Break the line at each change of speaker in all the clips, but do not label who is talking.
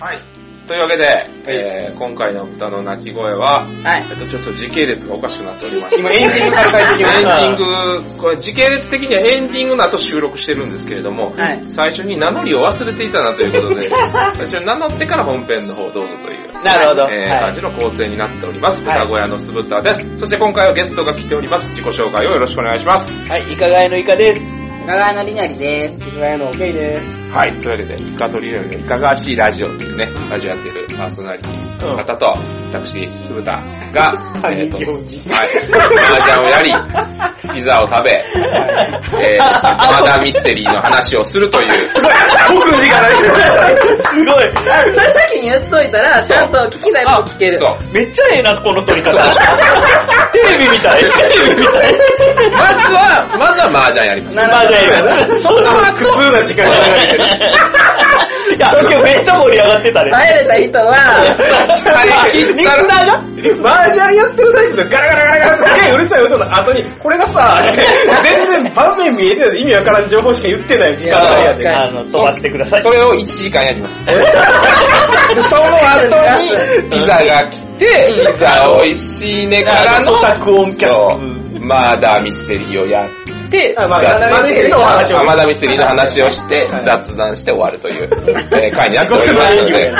はい。というわけで、えー今回の豚の鳴き声は、
は
え
い。
っと、ちょっと時系列がおかしくなっておりまして、
今エンディングから帰ってきました。
エンディング、これ時系列的にはエンディングの後収録してるんですけれども、
はい
最初に名乗りを忘れていたなということ で、最初に名乗ってから本編の方どうぞという。
なるほど。
えー
は
感
い
じの構成になっております。
はい
豚小屋の酢豚です。そして今回はゲストが来ております。自己紹介をよろしくお願いします。
はい、イカガイのイカです。
長野りなりです。
イカガイのオケイです。
はい、というわけで、イカとリレーのいかがわしいラジオっていうね、ラジオやってるパーソナリティの方と、私、酢豚 が、えーと、はい、麻雀をや り、ピザを食べ、えー、マダーミステリーの話をするという、すごい、
僕字がない。すごい。
あ、それ先に言っといたら、ちゃんと聞きたいもん聞ける。
そう。
めっちゃええな、この撮り方。テレビみたい。テレビみたい。
まずは、まずは麻雀やります。
まあじゃあ今、そんな普通な時間にいや、オッケーめっちゃ盛り上がってたね。
帰れた人は、
リスナーがマージャンやってる最中のガラガラガラガラってすげえうるさい音の後に、これがさ、全然盤面見えてない意味わからん情報しか言ってない時間帯やで。
いや
あの、飛ばしてください
そ。れを1時間やります。でその後に、ピザが来て、ピザ美味しいねからの、
咀嚼音キャ
そ
ス
う、マーダーミステリーをやって、
で、まあ、マ
雑
ージャンのお話を。
浜田ミステリーの話をして、雑談して終わるという、えー回になっておりますので、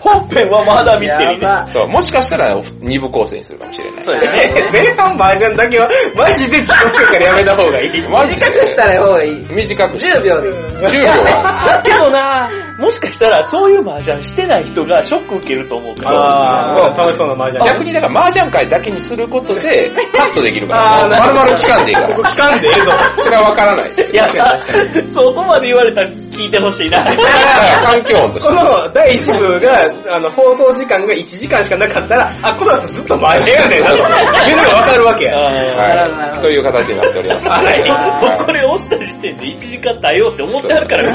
本編はまだミステリーで
やば
そう、もしかしたら二部構成にするかもしれない。
す。そうですね。
え前半マージャンだけは、マジで地獄からやめた方がいい。
マジで
短くしたら多い。
短くして
10秒でいい。
10秒は、
だけどな、もしかしたらそういう麻雀してない人がショック受けると思うから。
ああ、楽しそうなマージャン。
逆にだから麻雀会だけにすることで、カットできるか
あー
ら、
な
丸
るほど
々期間でいいか
ここ
ら、
聞かんでええぞ。
それはわからないですよ。
いや、 そこまで言われたら聞いてほしいな。
だから環境音とし
こ
て。
の第1部が、あの、放送時間が1時間しかなかったら、あ、この後ずっとマージャンやねんなと、いうのがわかるわけや。
は
なるほどなる
はい。
ほど
という形になっております。
いもうこれ押した時点で1時間耐えようって思ってあるから。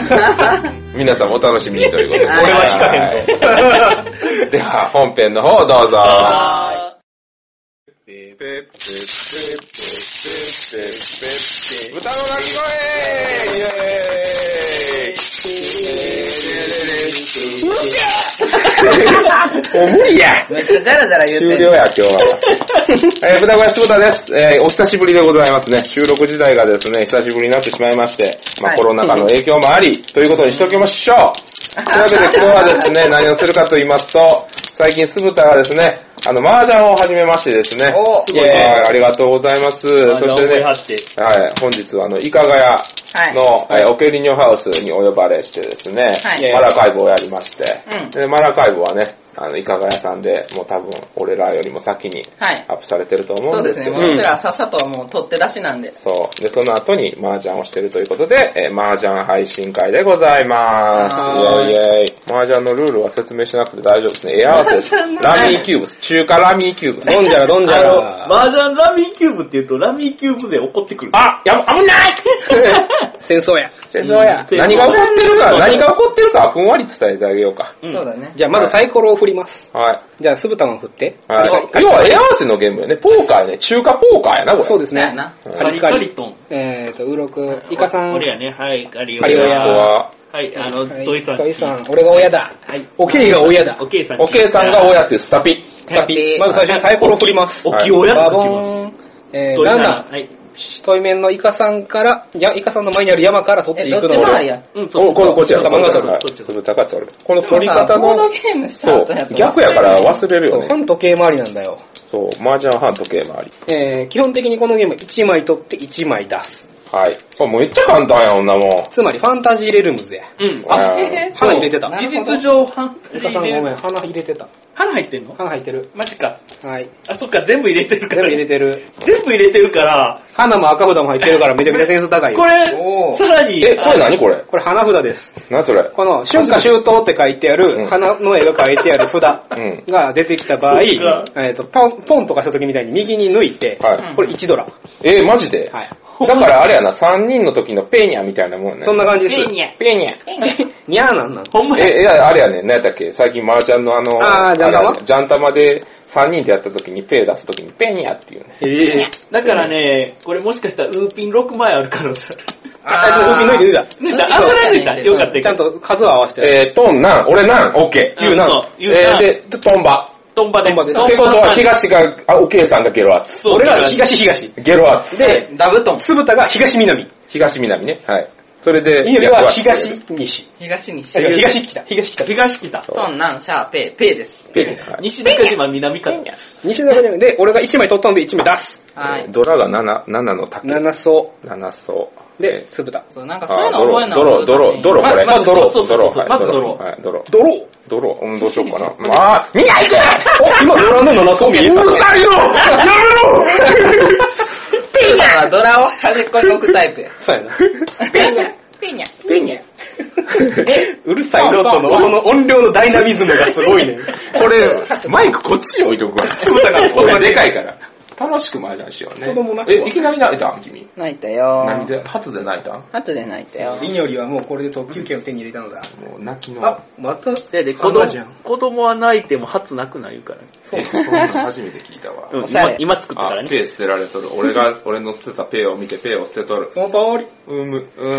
皆さんお楽しみにということで。
俺は
引かへん
と。では、本編の方をどうぞ。 豚の鳴き声もう無理や
めっちゃダラダラ言って
終
る。
了や、今日 は。えー、豚小屋坪田です。えー、お久しぶりでございますね。収録時代がですね、久しぶりになってしまいまして、ま
は
あ
い
コロナ禍の影響もあり、ということにしておきましょう。というわけで今日はですね、何をするかと言いますと、最近酢豚がですね、あの、麻雀を始めましてですね、
お
すごいねありがとうございます。そしてね、
して。
はい、本日はあの、イカガヤの、えーオケリニョハウスにお呼ばれしてですね、
はい
マラカイブをやりまして、
うん
でマラカイブはね、あの、イカガヤさんでもう多分俺らよりも先に
はい。
アップされてると思
そううんで
です
す
け
ね。
ど、
もうちらさっさとはもう取って出しなんで。
そう。で、その後に麻雀をしてるということで、えー、麻雀配信会でございます。
は
イェイイェイ。麻雀のルールは説明しなくて大丈夫ですね。絵合わせです。
麻雀の
ラミーキューブス。中華ラミーキューブス。
飲んじゃら飲んじゃ
あ
ら
の、。麻雀ラミーキューブって言うとラミーキューブ勢怒ってくる。
あ、やば、危 ない
戦争や。
戦争や。何が起こってるか、何が起こってるか、ふんわり伝えてあげようか。
そうだね。
じゃあまずサイコロを振ります。
はい。
じゃあ酢豚も振って。
はい。要は絵合わせのゲームよね。ポーカーね。中華ポーカーやな、これ。。
そうですす
そうや
ね。
な。
カリカリトン。
えーと、うろく、イカさん
こ、れやね。はい、カリオ
カリオヤ
ヤ。はい、あの、土井さん。
トイさん、俺が親だ。
はい。
おけいが親だ
おけいさん。
おけいさんが親っていうスタピ。
スタピ
まず最初にサイコロ振ります。
おき親
バ
と
ボ
きます。
ーン。えー、
土井さん
7、
はい。
対面のイカさんから、いや、イカさんの前にある山から取っ
え、
てい
どっ
く
ち
の
回りや。
うん、
お、これこっちやろ。こ
そ
っ
う
ちや
そう
ろ。
そう
粒高取る。この取り
さ
方
ボー
の
ド、ゲームした
そう
後やと。
逆やから忘れる
そ
よ
う、
ね。
反時計回りなんだよ。
そう、麻雀半時計回り。
えー、基本的にこのゲーム1枚取って1枚出す。
はい。あ、もうめっちゃ簡単や、女もん。
つまりファンタジーレルムズや。
うん。
あ
あ、
ー
花入れてた。
なる
事
ほど
実上、半
イカさんごめん、花入れてた。
花入ってんの
花入ってる。
マジか。
はい。
あ、そっか、全部入れてるか
全部
ら。
入れてる。
全部入れてるから、
花も赤札も入ってるからめちゃくちゃセンス高いよ。
これ
おー、
さらに、
え、これ何これ
これ花札です。
何それ
この、春夏秋冬って書いてあ
うん
る、花の絵が書いてある札
うん。
が出てきた場合、
そうか
えっと、ポン、ポンとかした時みたいに右に抜いて、
はい。
これ1ドラ。
え、マジで
はい。
だからあれやな、3人の時のペーニャみたいなもんやね。
そんな感じです。
ニャ。
ペーニャ。
にゃーなんなの
ほんまや。
え、いや、あれやね、何やったっけ最近麻雀のあの、
あージャンタマ
あれジャンタマで3人でやった時にペー出す時にペーニャっていうね。
ええ。
だからね、これもしかしたらウーピン6枚ある可能性ある。
あ、ちょっと海脱いで脱い
ね、だあんまり抜いた。よかった
だ。
よ
ち
か
ゃ
っ
んと数を合わせて。
えー、トンなん、俺なん、オッケー。
うん
言うな
そう。言うな
えー、で、トンバ。
た。トンバで。
トンバで
ってことは、東が、あ、オッケーさんがゲロアツ。
そう
俺らが東東。
ゲロアツ。
で、
ダブトン。
酢豚が東南。
東南ね。はい。それで、
いより
役
は
割
東西。
東にし
あ違う東北。東北。
東北。
トン、ナン、シャー、ペー、ペーです。
ペーニャ。
西中島南か。
西中じゃなくて、俺が1枚取ったんで1枚出す。
は
えー
い。
ドラが7、7の竹。
7層。
7層。
で、酢豚。
そう、なんかそうい
あ
うの
ド
覚
ロ
える
ー、
の
ドロー、ドロー、ドロー、これ。
まず
ドロー、
そうそう
ドロー、
そう
はい
まずドロー
はい、ドロー。
ドロー。
ドロー、うん、どうしようかな。まあ、見ないで
お、今ドラの7層見え
う
た。
るさいよやめろ
ペーニャはドラを端っこに置くタイプや。
そうやな。
ペーニャ、ペーニャ。
ペニャ。
で、
うるさいロットのこの音量のダイナミズムがすごい ね。
これ、マイクこっちに置いとくわ。
豚 が
音がでかいから。楽しく麻雀しようね。
子供泣くわ
え、いきなり泣いたん君。
泣いたよ
何で初で泣いたん
後で泣いたよ。
リニョリはもうこれで特急券を手に入れたのだ。
もう泣きの。
あ、また、
で、で、子
花じゃん
供、子供は泣いても初泣くな言うからね。
そう、そんなん初めて聞いたわ。
うん
おしゃれ
今今作ったから
あ、
ね。
ペー捨てられとる。俺が、俺の捨てたペーを見てペーを捨てとる。
その通 り。
うむ、う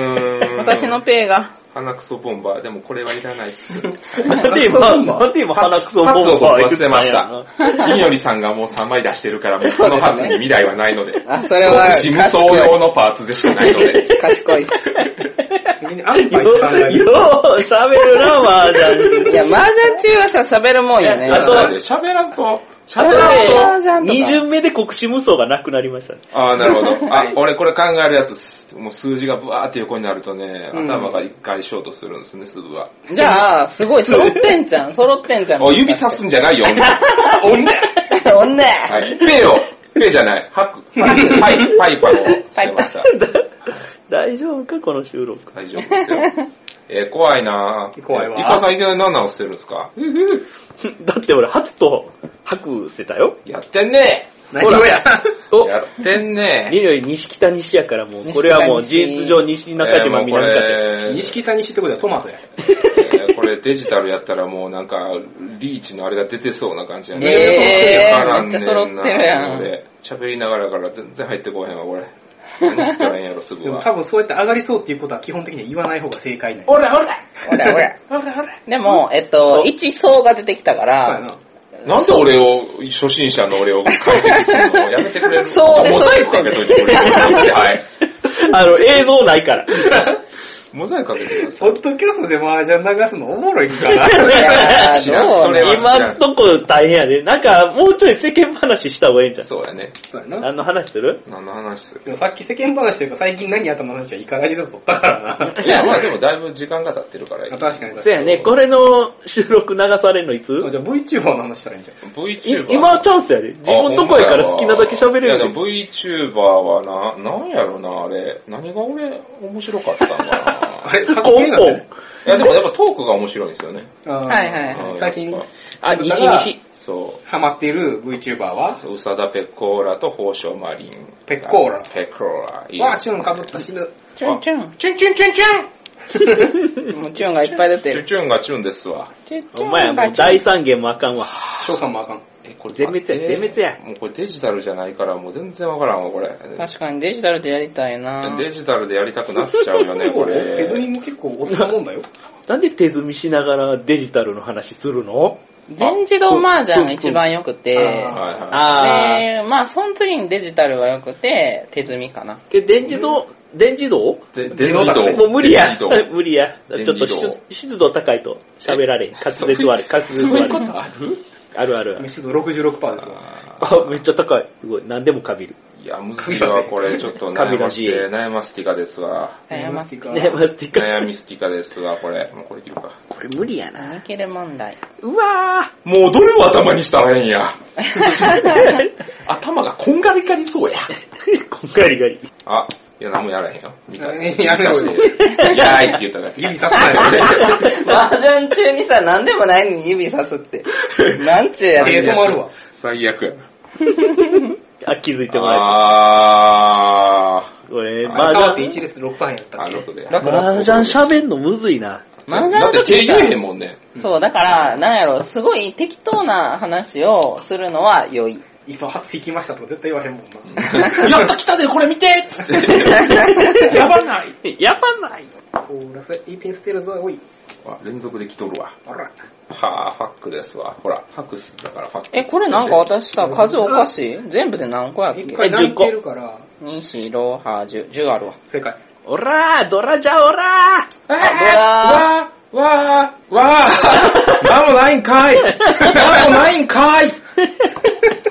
ーん。
私のペーが、
鼻くそボンバー。でもこれはいらないっす。
なんで今、なんで今鼻くそボンバー
初をボンバー捨てまし
言ったんや
た。みよりさんがもう3枚出してるから、もうこの初に未来はないので。
あ、それは、
事務総用のパーツでしかないので。
賢いっす。
よう、よう喋るな、マージャン。
いや、麻雀中はさ、喋るもんよね。
あそう
喋らんと、
あ
喋らんと。
らんと
二巡目で国士無双がなくなりました ね。
ああ、なる ほど。あ、俺これ考えるやつ、もう数字がブワーって横になるとね、頭が一回ショートするんですね、粒は。
じゃあ、すごい、揃ってんじゃん。揃ってんじゃん。
お、指さすんじゃないよ、 女。 女
女や。
はい。ペーを、ペーじゃない、ハク、 パイ、パイ、パイパのを捨てました。
大丈夫か、この収録。
大丈夫ですよ。えー、怖いなぁ。
怖いわ
イカさんいきなり何なの捨てるんですか
だって俺、初と白捨てたよ。
やってんね
何をや。
お、
やってんね
見るより西北西やからもう、これはもう事実上西
え
中島
ーもうこ
南中島。
れ、
西北西ってことはトマトや。
えーこれデジタルやったらもうなんか、リーチのあれが出てそうな感じやね。
えー
わからんねんな
めっちゃ揃ってるやん
俺喋りながらから全然入ってこうへんわ、これ。何言ったらええんやろ、すぐ
でも
は。
多分そうやって上がりそうっていうことは基本的には言わない方が正解なんや。
おらおら
ほらほら。でも、えっと、一層が出てきたか
そうや
ら、
な。
なんで俺を、初心者の俺を解析するのやめてくれる
そうです
モザイクかけといてくれる。はい。
あの、映像ないから。
モザイクかけてくださ
ポッドキャストで麻雀流すのおもろいんか な。
い。
知らんそ
そ
れ
れは知
今
ら
んとこ大変やで。なんか、もうちょい世間話した方がいいんじゃん。
そうやね。
そうやな。
何の話する
何の話する
でもさっき世間話というか最近何やったの話はいかがりだとったからな。
いや、まあでもだいぶ時間が経ってるからいい。
確かに。
そうやね、これの収録流されるのいつ
あじゃあ VTuber の話したらいいんじゃん。
い
VTuber。
今はチャンスやで。自分とこやから好きなだけ喋れ
いやで
る
も VTuber はな、なんやろな、あれ。何が俺、面白かったんか
あ
な。
れ、
ポ
過
ン
去
ポ
になって
ン
る。。
いや、でもやっぱトークが面白いんですよね。
は
はいはいは
うん
最近
やっぱ
あ、西西。
そ
ハマっている VTuber は、
う。宇佐田ペッコーラと宝生マリン。
ペッコーラ
ペッコーラ。いい
わあ、チューンかぶった死ぬ。
チュンチュン。チュンチュンチュンチュンもうチュンがいっぱい出て
チュ
る。
チュンがチュンですわ。
チュンチ
お
ュン
前はもう大三元もあかんわ。
翔さんもあかん。
え、これ
全滅や
待って
全滅や
もうこれデジタルじゃないから、もう全然わからんわ、これ。
確かにデジタルでやりたいな
デジタルでやりたくなっちゃうよね、 これ。
手積みも結構おつなもんだよ。
なんで手積みしながらデジタルの話するの
全自動麻雀が一番良くて、
あ
はいは
あ
で、
ー。
まあ、その次にデジタルは良くて、手積みかな。
で、電自動、電自動
い。で、
自動だね
もう無理や
電動。
無理や。
電
ちょっ
自
と
動
湿湿度高いと喋られへん。滑舌悪い。滑舌
そういう
悪
こと
い。
ある
あるあるある。
密度66%ですよ。
あ
あ、めっちゃ高い。すごい。何でもかびる。
ーいや、むずいわ、これ。ちょっと悩まして
神の、
悩まスティカですわ。
悩ま
ティ
ね、マスティカ。
悩みスティカですわ、これ。もうこれ切るか。
これ無理やな。
見切れ問題。
うわ
もうどれを頭にしたらええん や。頭がこんがりがりそうや。
ー。こんがりがり。
あ、いや、何もやらへんよ。見た。
えやめろよ
指さしていやーいって言っただけ。
指さすなよ。
麻雀中にさ、何でもないのに指さす って。なんちゅうや
手
つ。
止まるわ。
最悪やな。
あ、気づいてもらえ
あ
これ、
あ
マ
あ、
ー
変わって
ジ
1列6番やったっ
あの
け
子で。
ャン、マージャン喋んのむずいな。
漫
だ
画の
って
時
手入れへんもんね。
そう、だから、なんやろ、すごい適当な話をするのは良い。
今初引きましたとか絶対言わへんもんな。
やっと来たぜ、これ見てつって。やばない。やばない。
コーラス、いいペン捨てるぞ、おい。
あ連続で来とるわ。
あら。
はぁ、ファックですわ。ほら、ファックスだからファックス。
え、これなんか私さ、数おかしい全部で何個やっけ
一回泣いてるから、
?2、4、6、8、10、10あるわ。
正解。
おらー、ドラじゃおらー。
あ、
わー、わー、わー、なんもないんかいなんもないんかい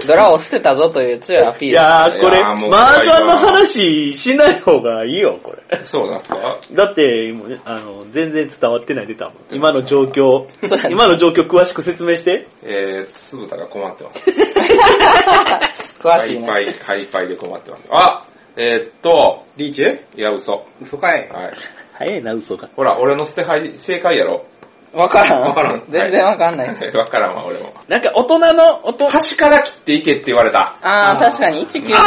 ドラ、ドラを捨てたぞという強いアピー
い
ル。
やー、これ、
いやーもう
マージャンの話しない方がいいよ、これ。
そうなんすか
だって、もうねあの、全然伝わってないでたもん。今の状況
そうや、ね
今の状況詳しく説明して。
えー、酢豚が困ってます。ハ
詳しい
イ
ね
パ。イ、ハイパイで困ってます。あえー、っと、
リーチ
いや、嘘。は
嘘か
い。
い。
早いな、嘘が。
ほら、俺の捨て牌、正解やろ。
わからん。
わからん
全然わかんない。
わからんわ、俺も。
なんか、大人の、大人、
端から切っていけって言われた。
あ
あー
ー、確かに、1、9、9、め
あ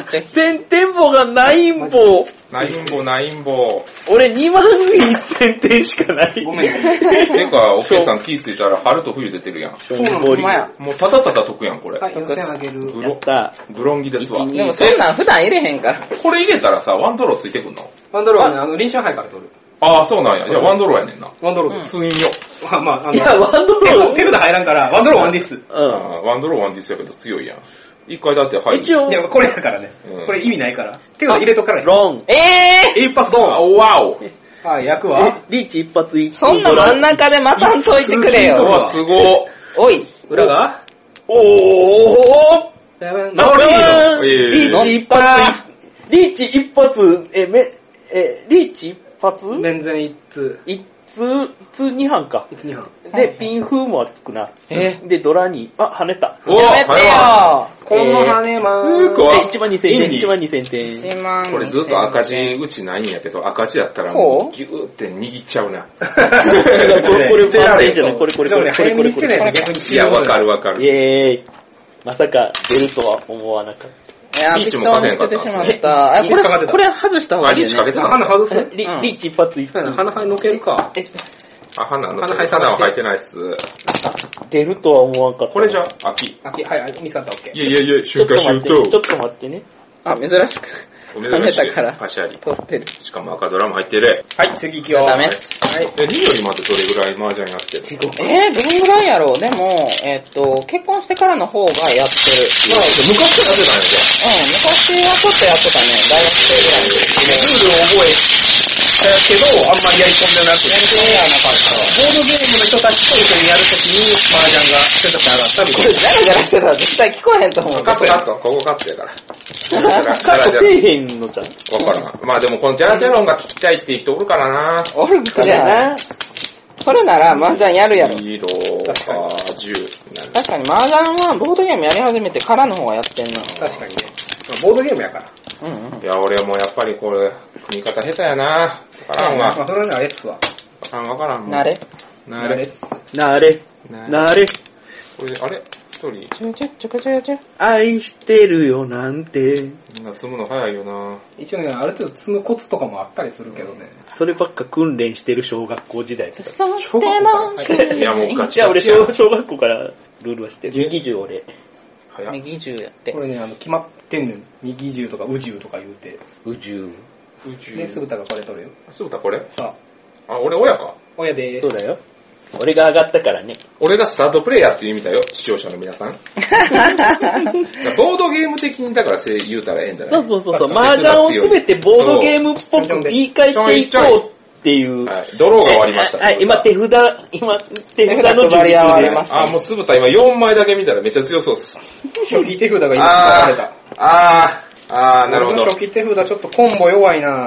っちゃ
ー千店舗がないんぼ。
ナインボ、ナインボ。
俺2万1000点しかない。
ごめんごめん。
てか、おけいさん気ぃついたら春と冬出てるやん。
そう
なの
ほんまや。
もうただただ得やん、これ。
はい、4点あげる。
ブ
や
ロ
った。
ブロンギですわ。
でもそん
え
なん普段入れへんから。
これ入れたらさ、ワンドローついてくんの
ワンドローはね、あの、臨床杯から取る。
ああ、そうなんや。いや、ワンドローやねんな。
ワンドローです。
通院よ。
まあまあ、あ
いや、
の、
ワンドロ
手
ー。
札入らんから、ワンドローワンです。い
あ
う
あワンドローワンディスやけど強いやん。一回だって入る。
一応、
や、これやからね
うん。
これ意味ないから。手札入れとくからね。
ロン。
ええ
一
あ、
発ドン。
わおう
はい、役は
リーチ一発一
ー、そんな真ん中でまたんといてくれよ。
わ、すご
おい。
裏が
おー
だいぶ
あ俺は
ええ
リーチ一発リーチ一発、え、め、え、リーチ一発
面前1通、
一通、通二班か。
1、2班。
は
で、
い
ピンフームはつくな。
え
で、ドラに、あ、跳ねた。
お
や
は
め
い
て
わ
よ。
この跳ねま
えーうーこ
ー
わ
で、1万2000
いいね
点、1万2000点。
1万
これずっと赤字うちないんやけど、赤字だったらもうギューって握っちゃうな。
これ、これ、
捨てられん
じゃない、これ、これ、
で
こ
も
れ、
ね、
こ
早
れ、こ
めに
れ、
捨
こ
て
れ。
ないと逆に死
いや、わかるわか
イ
る。
エーイ。まさか、出るとは思わなかっ
いや、
リー
適
チ
当
も
に
勝てへんか
捨
った
て
ん
て
すね
しまった。あ、こ
リーチかかって
れ、
た
これ外した方
あ、
がい
リ
い
ー
ね
チ。かけた
あ、鼻外す
た。
ね。
リ
うん
リーチ一発一発。
鼻肺のけるか。
え、
あ、花の、花は入ってないっす。
出るとは思わなかった。
これじゃ、あ、き。
あ、きはい、はい、ミスった、オッケ
い
ー。
やいやいや、
ち
瞬
ょっと
間
待
周
って、ち
到
ょっ。と待ってね。
あ、珍しく。
おめでとうござい
跳ねたから
パシャリ。
取ってる。
しかも赤ドラも入ってる。
はい、次行きよ
ダメ。
え、2よりまでどれぐらい麻雀やってる
えー、どんぐらいやろうでも、えっと、結婚してからの方がやってる。うん、
昔からやってたんやじゃあ
昔はちょっとやってたね。大学生ぐらいの時
ルールを覚えたけど、あんまりやり込んでなくて。やり込んではなかった。ボードゲームの人たちと一緒にやるときに、麻雀が選択肢上がったみたいな。
ジャラジャラしてたら絶対聞こえへんと思う。
カットカット、ここカットやから。
カットせえへんのじゃ
わ
ん。
からん。まあでもこのジャラジャラ音が聞きたいっていう人おるからな。
おるか
じ
ら。
ゃあな。
それなら麻雀やるやろ。
色
確か
が
に
10。
確かに麻雀はボードゲームやり始めてからの方がやってんな。
確かにね。ボードゲームやから。
うんうん。
いや、俺もやっぱりこれ、組み方下手やな。わからんわ。
ま
わ
あ、それはね、あれっすわ。
からんわからん。
なれ
なれ。
す。
なれ、
なれ。
なれ、
これで、あれ一人、
ちょちょちょちょちょ。
愛してるよなんて。
みんな積むの早いよな。
一応ね、ある程度積むコツとかもあったりするけどね。
そればっか訓練してる小学校時代だった。
そしても
いや、もうガチ
じゃあ
ガ
俺
チや
小、
な。
小学校からルールは知ってる。右十俺。
早い。
右十やって
こ。れね、あの、決まってんねん。右十とか右十とか言うて。
宇宙。
宇宙。
で、酢豚がこれ取るよ。
そうだ、これ
さあ、
あ、俺親か。
親でーす。
そうだよ。俺が上がったからね。
俺がスタートプレイヤーっていう意味だよ、視聴者の皆さん。ボードゲーム的にだからせ言うたらええんじゃな
そ
いう
そうそうそう。麻雀をすべてボードゲームっぽく言い換えていこうっていう。
はい、ドローが終わりました。
はい、今手札、今手札の
手札配
準備
り合
中
わ
で。
れますす
あ、もう酢豚今4枚だけ見たらめっちゃ強そうっす。
初期手札が今
あー
使われ
あー、あ
た。
ー、なるほど。こ
初期手札ちょっとコンボ弱いな
れ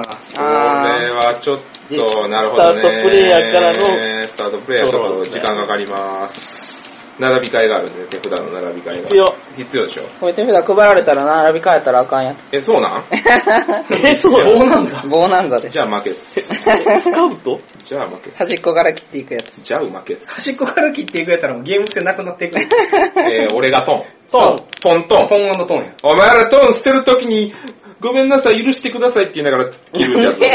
はちょっと、なるほどね。
スタートプレイヤーからの
スタートプレイヤーちょっと時間がかかります。並び替えがあるんで、手札の並び替えが。
必要。
必要でしょ。
これ手札配られたら並び替えたらあかんやつ。
え、そうなん
え、 そう
いや
棒なんだ。
棒なんざで。
じゃあ負けっす。
スカウト
じゃあ負けっす。
端っこから切っていくやつ。
じゃあ負けっす。
端っこから切っていくやったらもうゲームってなくなっていく。
えー、俺がトン。
トン
トントン。
トントンや。
お前らトン捨てるときに、ごめんなさい、許してくださいって言いながら、切るんじゃぞ。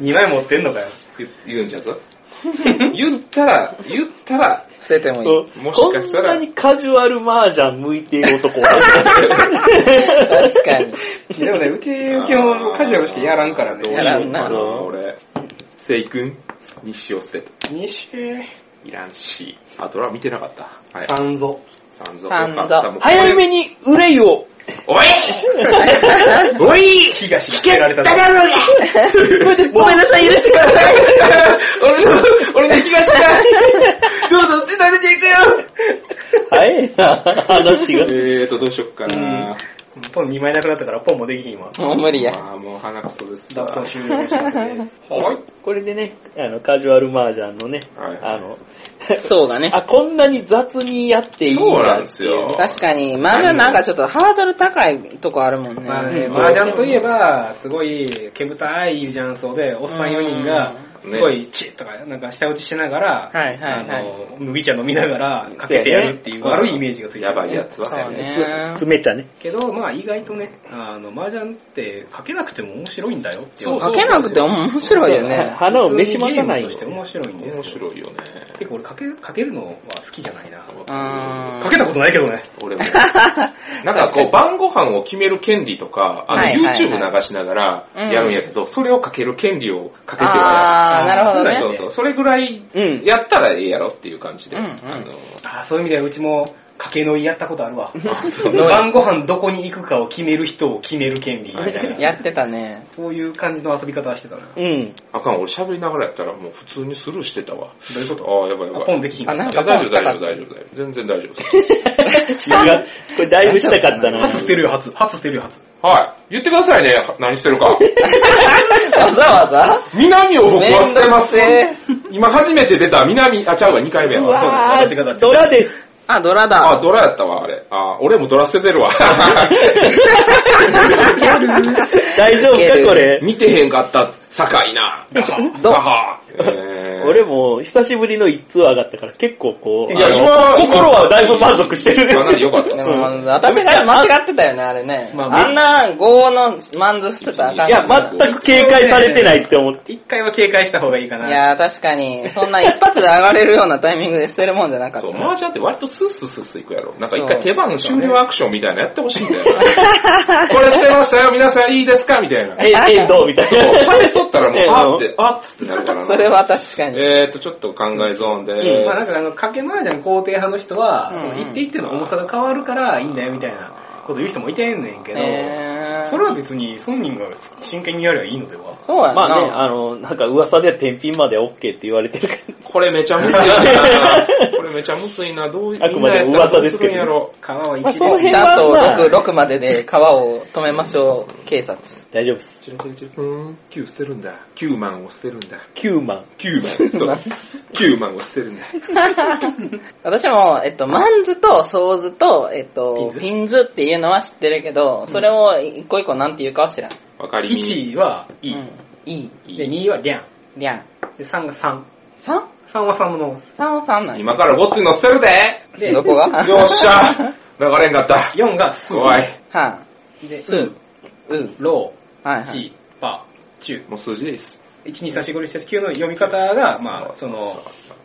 2枚持ってんのかよ。
言言うんじゃぞ。言ったら、言ったら、
伏せてもいい。
もしかしたら
こんなにカジュアル麻雀向いている男。
確かに。
でもね、うち、基本カジュアルしてやらんからね。
どう
や
し
ら
よ
ん
う
な
かな、俺。せいくん、西を捨て。
西、
いらんし。あ、ドラマ見てなかった。はい。
三ぞ。
三ぞ。
三蔵
よかったもうこれ
早めに憂いを。
おいおい
東に捨てられたぞ。
ろうがごめんなさい、許してください。
俺の、俺の東が、どうぞ捨てられていくよ
早いな、話が。
えーと、どうしよっかな。
ポン2枚なくなったから、ポンもできひんわ。
もう無理や。
あーもう鼻くそです
脱
わ。
走終了しますね。
はい。
これでね、あの、カジュアル麻雀のね、
はい
あの、
そうだね。
あ、こんなに雑にやっていい
そうなん
だ
で。すよ。
確かに、まだなんかちょっとハードル高いとこあるもんね。
まあね、麻雀といえば、すごい、けぶたい雀荘で、おっさん4人が
う、ん
すごい、チッとか、なんか、下打ちしながら、
はいはいはい
あの、麦茶飲みながら、かけてやるっていう、
そうやね
悪いイメージがついてる。
やばいやつ
そう
は。
ね。
爪茶ね。
けど、まあ、意外とね、あの、麻雀って、かけなくても面白いんだよっていう。
かけなくても面白いよね。
花を召しまさない
普通にゲームとして面白いんです
面
よ。
白いよね。
結構俺、かけ、かけるのは好きじゃないな。
うーん
か。けたことないけどね。
俺も。なんかこう、晩ご飯を決める権利とか、あの、
はいはいはい
YouTube 流しながら
うん
やるんやけど、それをかける権利をかけては
あー、なるほど
や
ね
る。。そうそう。それぐらい
うん。
やったらええやろっていう感じで。
うんうん
あの、
ああ、そういう意味では、うちも、かけ乗りやったことあるわ。
そう
晩ご飯どこに行くかを決める人を決める権利みたいな。
やってたね。
そういう感じの遊び方はしてたな。
うん。
あかん、俺喋りながらやったらもう普通にスルーしてたわ。
どういうこと
ああ、やばいや
あ、
ば
ポ
い。
ンできひん
あ、
か
な
っ
ん
いや
かポ
大
ン
丈夫大丈
したかっ
夫大丈
た。
夫大丈夫。全然大丈夫です。
これだいぶしたかった
た。
な。
初捨てるよ、初。初捨てるよ、初。
はい。言ってくださいね。何してるか。
わざわざ
南を僕は捨てます
めんどく。
今初めて出た南、あ、ちゃうわ、2回目や
う
わ。そう
わ
そうです私が出し
ー、
た
ドラです。
あ、ドラ
あ、
だ。
ドラやったわ、あれ。あ、俺もドラ捨ててるわ。
大丈夫
いける
かこれ。
見てへんかった、酒井な。
ど
ガハ。えー
俺も、久しぶりの一通上がったから、結構こう、
いや
あの
今
心はだいぶ満足してる。
かなり良かったで。
ですも、私が間違ってたよね、あれね。
まあ
あんな、5のマンズしてたらあかん
いや、全く警戒されてないって思って。
一回は警戒した方がいいかな。
いやー確かに、そんな一発で上がれるようなタイミングで捨てるもんじゃなかっ
そ
た。
う、マージャンって割とスッスッスッスッいくやろ。なんか一回手番終了アクションみたいなのやってほしいんだよな。 これ捨てましたよ、皆さんいいですかみたいな。
え、え、どうみた
そう
い、な。
喋っとったらもう、あーっ
え
て、あーっつってなるからな。
それは確かに。
えーと、ちょっと考えゾーンで
うん
まあなんかあの、かけ麻雀肯定派の人は、
うん
その一定一定の重さが変わるからいいんだよみたいなこと言う人もいてんねんけど、
えー、
それは別に本人が真剣にやればいいのでは
そうやんな。
まあね、あの、なんか噂では天品まで OK って言われてるから。
これめちゃむずいな。これめちゃむずいな。どういう、
あくまで
みんなやったら
噂ですけど
うるんやろ。
皮は一
まあその
列
辺
ちゃんと
まあまあ
6、六までで皮を止めましょう、警察。
大丈夫です。
違う違う違う。うーん、9捨てるんだ。9万を捨てるんだ。
9万。
9万、そう。9万を捨てるんだ。
私も、えっと、マンズとソーズと、えっと、ピンズっていうのは知ってるけど、それを一個一個なんて言うかは知らん。
わかりみ。
1位は
う
E、
ん。いい。
で2位はリャン、
りゃん。
で3が3。
3?
3は3の
3は3なんや
今からごっついの捨てるで
で
ど こが
よっしゃ流れんかった。
4がス
怖い。
は
ー、で
い。す。う。うん。
ロ
はい
ー、
はい。
チー、パー、チュー。
もう数字でいいっす。
123456789の読み方が、まあ、その、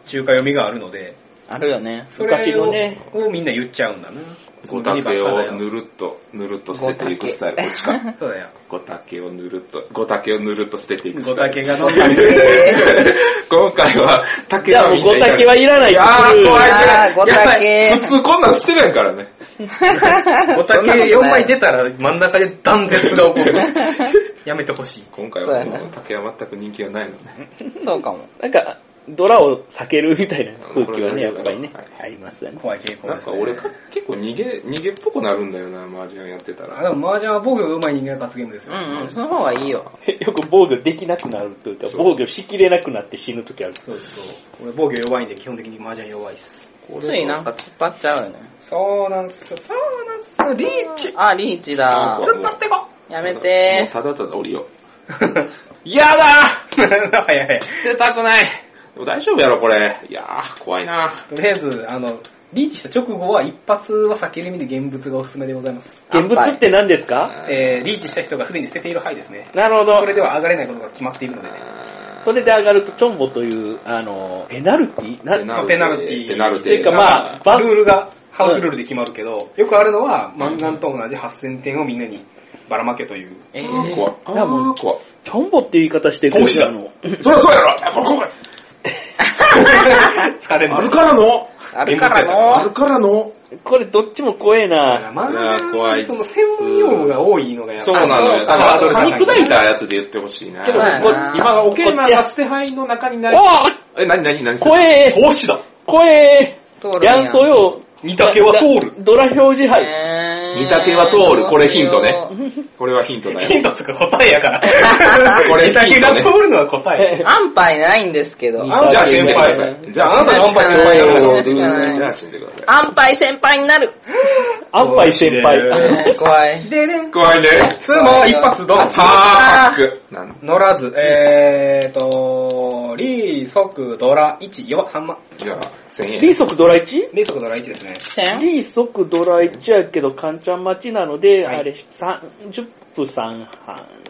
中華読みがあるので、
あるよね。
それ
昔のね
ををみんな言っちゃうんだな。
五竹
そんな
を
に
ぬ
バカだよ
るっと、ぬるっと捨てていくスタイル。こっちか。
そうだよ。
五竹をぬるっと、五竹をぬるっと捨てていくスタイ
五
ル。
竹が飲んだ り。
今回は、竹
じゃあ
は
もう
みんな
5竹はいら
い
ないって
やー、
いう
怖い
あー
これ。やばい
五
普
竹
通こんなん捨てないからね。
五竹4枚出たら真ん中で断絶が起こる。 やめてほしい。
今回
そう
は
やな
もう竹は全く人気がないのね。
そうかも。
なんか、ドラを避けるみたいな空気はね、やっぱりね、ありますよね。
怖い傾向
な
で
ん
す、
か
ね。
俺か、結構逃げ、逃げっぽくなるんだよな、麻雀やってた
あ
ら。
でも麻雀は防御が上手い人間が勝つゲームです
う
よ。
んうん。その方がいいよ。
よく防御できなくなるというか、
そう
防御しきれなくなって死ぬときある。
そうそう。俺防御弱いんで基本的に麻雀弱いっす。
ついなんか突っ張っちゃうよね。
そうなんす。そうなんす。リーチ
あ、リーチだ。
突っ張って
こ
やめ
もう
て
ただただ降りよう。
やだー 早い早い。
捨てたくない。でも大丈夫やろ、これ。いやー、怖いな。
とりあえず、あの、リーチした直後は一発は避ける意味で現物がおすすめでございます。
現物って何ですか
えー、リーチした人がすでに捨てている範囲ですね。
なるほど
そ。れでは上がれないことが決まっているのでね。
それで上がると、チョンボという、あの、ペナルティな
まあペナルティー。
ペナルティー。
ていうかまあバ
ルールが、ハウスルールで決まるけど、よくあるのは、漫画と同じ8000点をみんなにばらまけという。
え
あー怖い。あ
いやもう
ー怖い。
チョンボっていう言い方してく
投資だ
あの
それはそうやろやっぱ今回
疲れる
あるからの
あるから
あ
の
るからの
これどっちも怖えな。
ま
いや怖いっす
その専用が多いのがやっぱ
そうなのよ。だか
あ
ら、
そう
噛
か
み砕いたやつで言ってほしいな。
けど、
はい
こ今、オケーマが捨て牌の中にない。
わあ
え、なになになに
怖え
投資だ
怖え
通るん
やんそよ。
二竹は通る。
ドラ表示牌。
えー
似た手は通るこれヒントねこれはヒントだ
ヒ
よ。
ントつか答えやから。
これ
二竹が通るのは答え。
安牌ないんですけど。
じゃあ死んでください。じゃあ、あなた
安牌ない
のじゃあ死んでください。
安牌先輩になる。
安牌先輩。
怖い。
でね、
怖いね。
つも一発ドン。
パーク。なん
乗らず、えーと、リー、即、ドラ、1、弱、3万。
じゃあ、1000
リー
円。
ソクドラ 1?
リー、即、ドラ、1ですね。
1000
リーソクドラ1やけど、カンチャン待ちなので、
はい
あれ、30分3半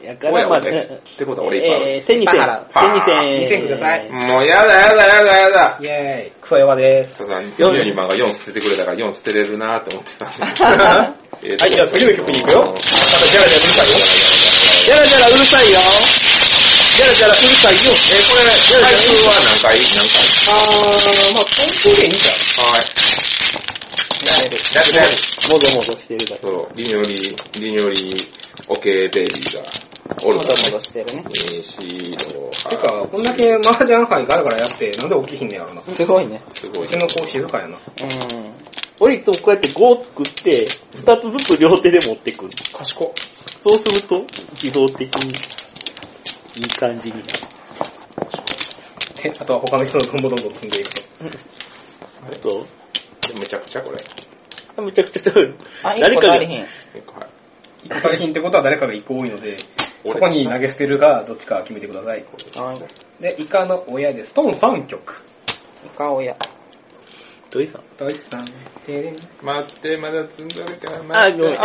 やか
おや
ら、まあ、
俺。ってことは俺いっぱいある
えー、1200
払う
円。1200円。
2000ください
もうやだやだやだやだ。
イェーイ。クソ弱です。
ただ、ユニマンが4捨ててくれたから4捨てれるなと思ってた。はい
はいじゃあ次の曲に行くよ
ただ、じゃらじゃら見たよ。
じゃらじゃらうるさいよ。じゃらじゃらうるさいよ。
え、これ、回数は何回何回
あー、まあコンクールでいいんじゃん。
はい。誰誰
もぞもぞしてるだけ。
そう、りにょり、りにょり、オケーベイビーが、おる
も
か
ど
ら
もどしてるね。
ね。しろ
てか、こんだけ麻雀杯があるからやって、なんで大きいんだやろな。う
すごいね。
すごい。
ちの子静かやな。
うん。
俺いつもこうやって5作って、2つずつ両手で持ってくる。
賢。
そうすると、自動的に、いい感じになる。
で、あとは他の人のどんぼどんどん積んでいくと。
あと、
めちゃくちゃこれ。
めちゃくちゃ取る。
あ、一
誰
個
かが
足りひん。
結構はい。
一個足りひんってことは誰かが一個多いので、そ
俺
こに投げ捨てるかどっちか決めてください。
はい。
で、イカの親です。トン3曲。
イカオヤ。
どういうさ
ドイツさん、てれん。
待って、まだ積んどるから、
あ、
待っ
ごめん
て。。あ、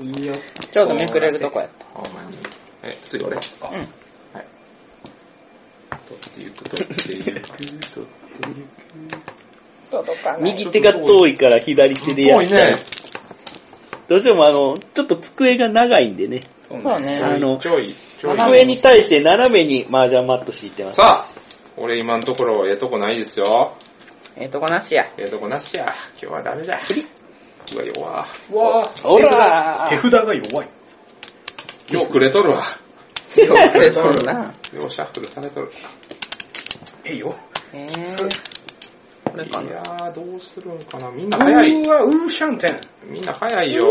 いいよ。
ちょうどめくれるとこやっ
ほんまに。え、次俺
た。うん。
っていうことっていうこと。
届かない。
右手が遠いから左手でやっちゃう。どうしてもあの、ちょっと机が長いんでね。
そ
そう
ね。
ね。
あの
ちょい、ちょい。
斜め
机に対して斜めに麻雀マット敷いてます。
さあ、俺今のところ、ええとこないですよ。
ええとこなしや。
ええとこなしや。今日はダメじゃ。うわ、弱。
うわぁ、
ほら
手札が弱い。
ようくれとるわ。
手をくれとるな。
ようシャッフルされとる。
えいよ。
えー、これか
い
な。
やー、どうするんかな。みん
う
な早い。
ーわ、ウーシャンテン。
みんな早いよ。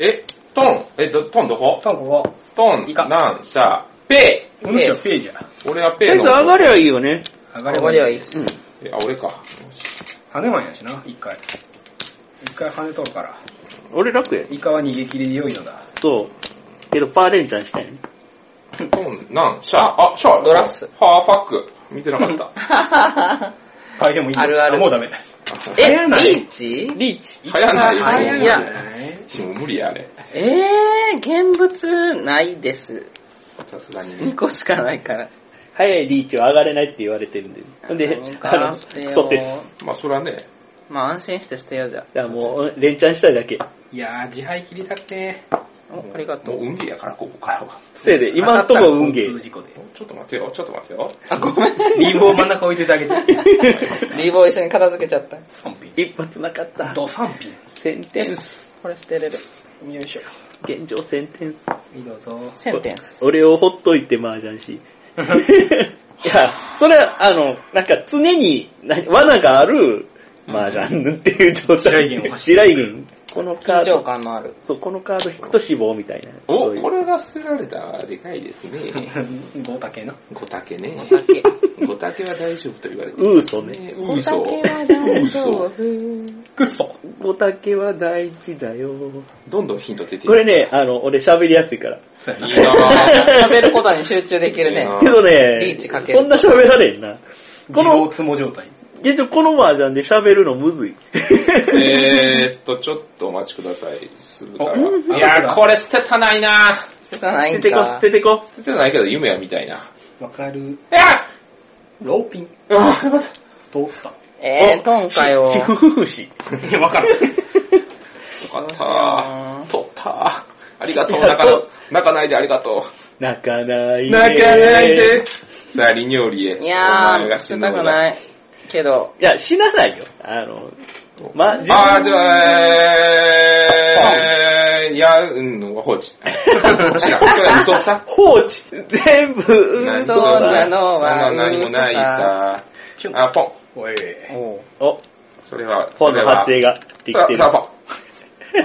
え、トン、え、どトンどこ
さあ、ここ。
トン、
いか
なん、シャ、ペ
この人はページや。
イ。俺は
と
ペ
り
イ
あえず
の。
上がりゃいいよね。
上
あ
が
れ
れ
は
ば
りゃ
いい。
いいっす。
えあ、俺か。
跳ねマンやしな、一回。一回跳ねとるから。
俺楽や。
イカは逃げ切りで良いのだ。
そう。けどパーレンちゃんしかいない。
トン、なん、シャ、あ、シャ、
ドラス。
ハーファック。見てなかった。
あ、でもいいよ
あるある
もうダメ。
え、
早ない
リーチ
リーチ。
早ないよ。
早い
も
ね
うもう無理や、あれ。
えー、現物ないです。
さすがに。
2個しかないから。
早いリーチは上がれないって言われてるんで。ほんで、
何か
あの、ク
してよ
ソです。
まあ、そらね、
まあ安心してしてよじゃ
だからもう、レンチャンしたいだけ。
いやー、自敗切りたくて。
あ。お、ありがと
もう
う。
運ゲーやから、ここからは。
せいで、今んとこ
当たったら
運ゲ
交通
ー。
事故で。
ちょっと待てよ、ちょっと待てよ。
あ、ごめん。
リンゴを真ん中置いといてあげて。
リーボー一緒に片付けちゃった。
3品。
一発なかった。
ド3品。
センテンス。
これ捨てれる。
よいしょ。
現状センテンス。
いいどうぞ。
センテンス。
俺をほっといて麻雀し。いや、それは、あの、なんか常にな罠がある麻雀っていう状態。
白い銀を
白い銀。この
緊
カー
張
ド、
感のある。
そう、このカード引くと死亡みたいな。そ
お、
ういう
これが捨てられたらでかいですね。
豪華系な。
五竹ね。
だ け。
五竹は大丈夫と言われてる。
ウーソね。
ウソ。嘘
くっそ。
おたけは大事だよ。
どんどんヒント出ていく
これね、あの、俺喋りやすいから。
そうや
い
な。
いなぁ。
喋ることに集中できる
いい
ね
な。
けどね、
リーチかける
そんな喋られんな。
自動つも状態。
現状この麻雀で喋るのむずい。
えーっと、ちょっとお待ちください。酢豚が。
お
いやー、これ捨てたないな
捨てたない
捨
ん
ててこ、捨
か。
ててこ。
捨ててないけど、夢はみたいな。
わかる。
い や
ローピン。
うわよかった
通った。
えー、今回 を。
皮膚不死。
いや、わ かる。
よかった取ったありがとう。泣かな泣かないでありがとう。
泣かないで。
泣かないで。さあ、リニョーリへ。
いや
お前
ー、
が
捨
死
て
ぬ
た
の
く
だ
ない。けど、
いや、死なないよ。あの、ま、自
あー、
分
じゃあ、えー、いや、うん、放置。 違う、それは無双さ。
放置。全部、
何
そうなのは
そんな何もないさ。あ、ポン。
おい。
おう
お、
それは、
ポ
そ
ン
れ
の
は
発生ができてる
さ。あポ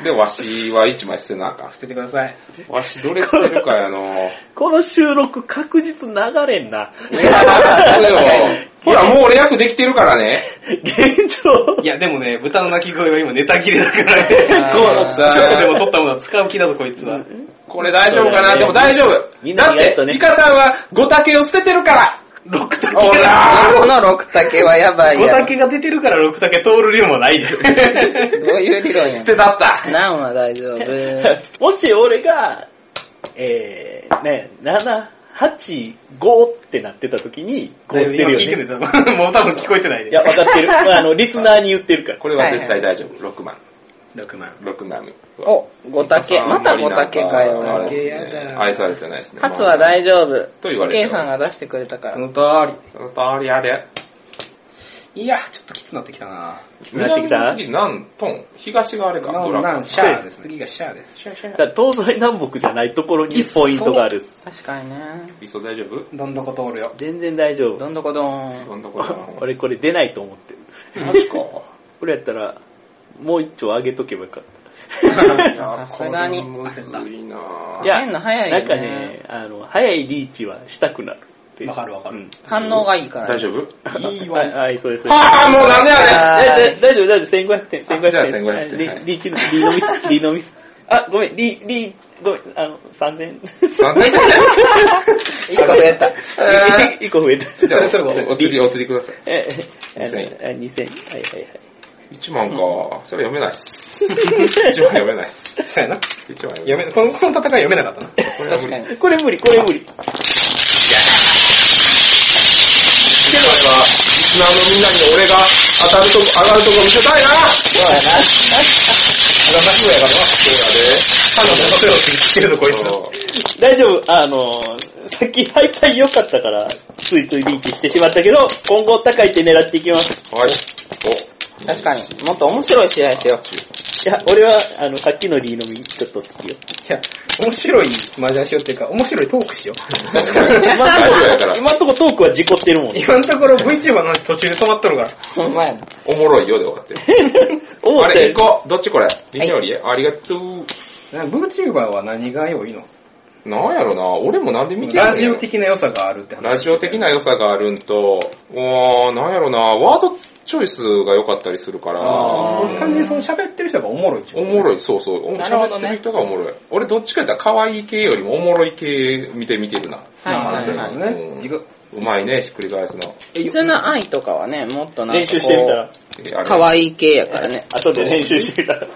ン。で、 わしは一枚捨てなあかん。
捨ててください。
わし、どれ捨てるかやの。
この収録確実流れんな。
い
そう
やー、
よほら、もう俺役できてるからね。
現状、
いや、でもね、豚の鳴き声は今ネタ切れだからね。
そう
だ
ちょっとでも取ったものは使う気だぞ、こいつは。
これ大丈夫かなでも大丈
み
夫。
んな
だ
にやる
っ
と
て、
ね
イカさんは五竹を捨ててるから。
六竹
ほら
この六竹はやばい
五
やろ。
竹が出てるから六竹通る量もないで。
どういう理論や
捨てたった。
なんは大丈夫。
もし俺が、えー、ね、7、8、5ってなってた時に、こう捨て
今聞い
る
て
よ
る
ね。
ぞ。もう多分聞こえてない
い
で。
や、わかってる。あの、リスナーに言ってるから。
これは絶対大丈夫。6万。
6万。
6万。
お、五竹。また五竹か
あれ
よ
で。すね
五竹やだ
愛されてないですね。
初は大丈夫。
と言われて
K
る
さんが出してくれたから。
の通
その通りあれ。
り。いや、ちょっときつくなってきたな
なってきた
南の次、何トン東があれか、ドラゴン。
シャアです。次がシャアです。
だから東西南北じゃないところにポイントがある。
確かにね。
理想大丈夫
どんどこ通るよ。
全然大丈夫。
どんどこどーん。
どんどこだな。
俺これ出ないと思ってる。
マジか。
これやったら、もう一丁上げとけばよかっ
いや
さすがに
これむずいなぁ
た。
いや変な早いよ
な
ね
んかね、あの、早いリーチはしたくなるっていう。
わかるわかる
うん
反応がいいから。
大丈夫
あ はい、はい、そうです。
はぁ、もうダメ やね
だ
は
だ
い
大丈夫、大丈夫、1500点、1500点。
じゃあ1500点
リ
はい
リーチ、リーの ミス、リーのミス。あ、ごめん、リー、リー、ごめん、あの、3000。
一個増えた。
え
1個増えた。
ーじゃ あ、おお釣り、お釣りください。
え、え、
2000円
あのあ2000。はいはいはい。
1万か。それ読めないっす。1万読めないっす。
そうやな。
1万読
読
め
め、
ない。
この、この戦い読めなかったな。
これは
確
無
か
理。
に。
これ無理、これ無理。
けどやっぱ、リスナーのみんなに俺が当たるとこ、上がるとこ見せたいなそうやな。上がんなそうやからな。 そうやで。
けどこいつ。
大丈夫、あのー、さっき敗退良かったから、ついついリーチしてしまったけど、今後高い手狙っていきます。
はい。
確かに。もっと面白い試合しよ
いや、俺は、あの、さっきのリーのみ、ちょっと好き よ。
いや、面白い麻雀しようっていうか、面白いトークしよう。
今ん
大丈夫やか
とこ
ら、
今んとこトークは事故ってるもん。
今のところ VTuber の話途中で止まっとるから。
う。ほんまやな。
お、おもろいよで終わってる。
思
あ
った
れ、
よ
行こう。どっちこれリニョリエありがとう。
VTuber は何が良いの
なんやろな、俺もなんで見てんの
ラジオ的な良さがあるって話。
ラジオ的な良さがあるんと、おー、なんやろな、ワードチョイスが良かったりするから、
あ
お
ー単純にその喋ってる人がおもろいっちゅう
もろい、そうそう。
なるほ
喋
どね
ってる人がおもろい。俺どっちかやったら可愛い系よりもおもろい系見て見てるな。
は
ないる
はい
ほど
はい。
うん
ね。自分
うまいね、ひっくり返すの。
普通の愛とかはね、もっとなんかこう
練習してみたら。
えあれ
可愛い系やからね。
後で練習してみたら。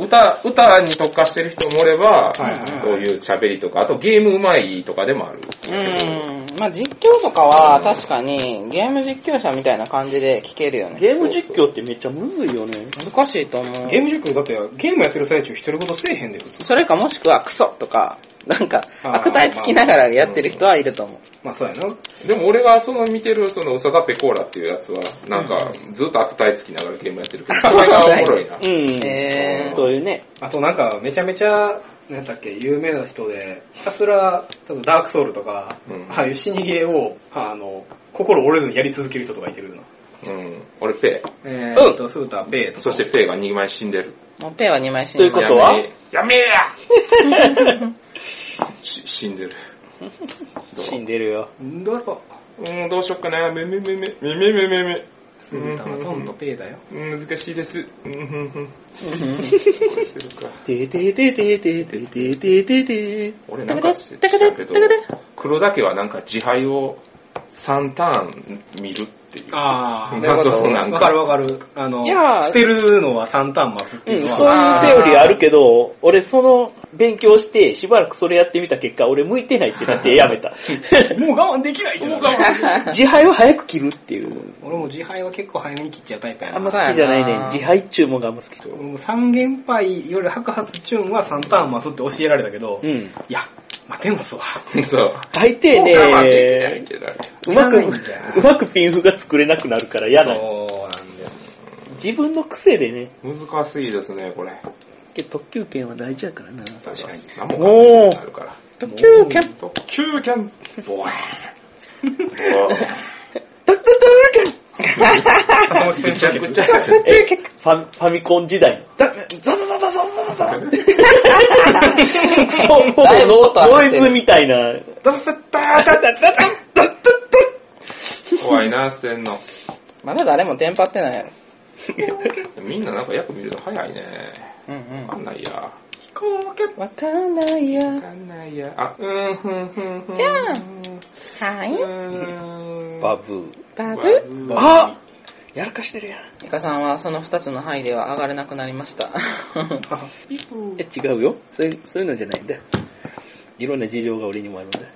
歌、歌に特化してる人もおれば、
いはいはい
そういう喋りとか、あとゲームうまいとかでもある。
うーん。まあ実況とかは確かにゲーム実況者みたいな感じで聞けるよね。
ゲーム実況ってめっちゃむずいよね。
難しいと思う。
ゲーム塾だってゲームやってる最中一人ごとせえへんで。
それかもしくはクソとか、なんか
あー
悪態つきながらやってる人はいると思う。
まあそうやな。
でも俺がその見てる、その、うさだぺコーラっていうやつは、なんか、ずっと悪態つきながらゲームやってるけど、 それがおもろいな。
うん。
えー
そういうね。
あとなんかめちゃめちゃ、なんだっけ、有名な人で、ひたすら、多分ダークソウルとか、
うん
ああいう死にゲーを、あの、心折れずにやり続ける人とかいてるよな。
うん。俺ペ
えーっと、スーター、ベイ
イ。
と
そしてペイが2枚死んでる。
もうペイは2枚死ん
と
で
いうことは
やめえやめえ やし死んでる。ど
死ん
う
でるよ。
んだろ、
うん、どうしよっかな。めめめめ。めめめめめ。
スーターはトンのペイだよ。
うん難しいです。うん、ふん ふん。こうするか。
てててててててててて。
俺なんか知らんけど、黒だけはなんか自敗を3ターン見るっていう。
ああ、
まあそうなんか
わかるわかる。あの、
いやー
捨てるのは3ターン待つって
うん、
い
そううい
の
う
は、
セオリーあるけど、俺その勉強して、しばらくそれやってみた結果、俺向いてないってなってやめた。
もう我慢できないもう我慢。
自敗を早く切るっていう。
俺も自敗は結構早めに切っちゃうタイプやな。
あんま好きじゃない
そうや
ね。
な
自敗注文があんま好き。
俺も三元杯より白髪チューンは3ターン待つって教えられたけど、
う
い
ん。
や、待てますわ。
そう。
大抵
我慢できない
ね、
けど、
うまく、
いらないんじゃん
うまくピンフが作れなくなるから嫌だ。
そうなんです。
自分の癖でね、
難しいですね、これ。
特急券は大事やからな。
確かに。
も
あ
う
るから。
特急 キャン
特急キャン、ボワ
特急
ーン。ぐちゃぐちゃ。
券ファファミコン時代の。
だ、ザザザザザザザザ
ほぼ
だいぶ音
ノ
上が
イ
ってる
ズみたいな。
ザザザザ
怖いな、捨てんの。
まだ誰もテンパってないやろ。
みんななんか役見るの早いね。
うん
わかんないや。
うん。わかんないや。
わかんないや。あ、うん、ふんふんふん。
じゃあ、は
う
い。
ーん。
バブ
バブ
ブ
あやらかしてるやん。
イカさんはその二つの範囲では上がれなくなりました。
いや、違うよ。そういう、そういうのじゃないんだよ。いろんな事情が俺にもあるんだよ。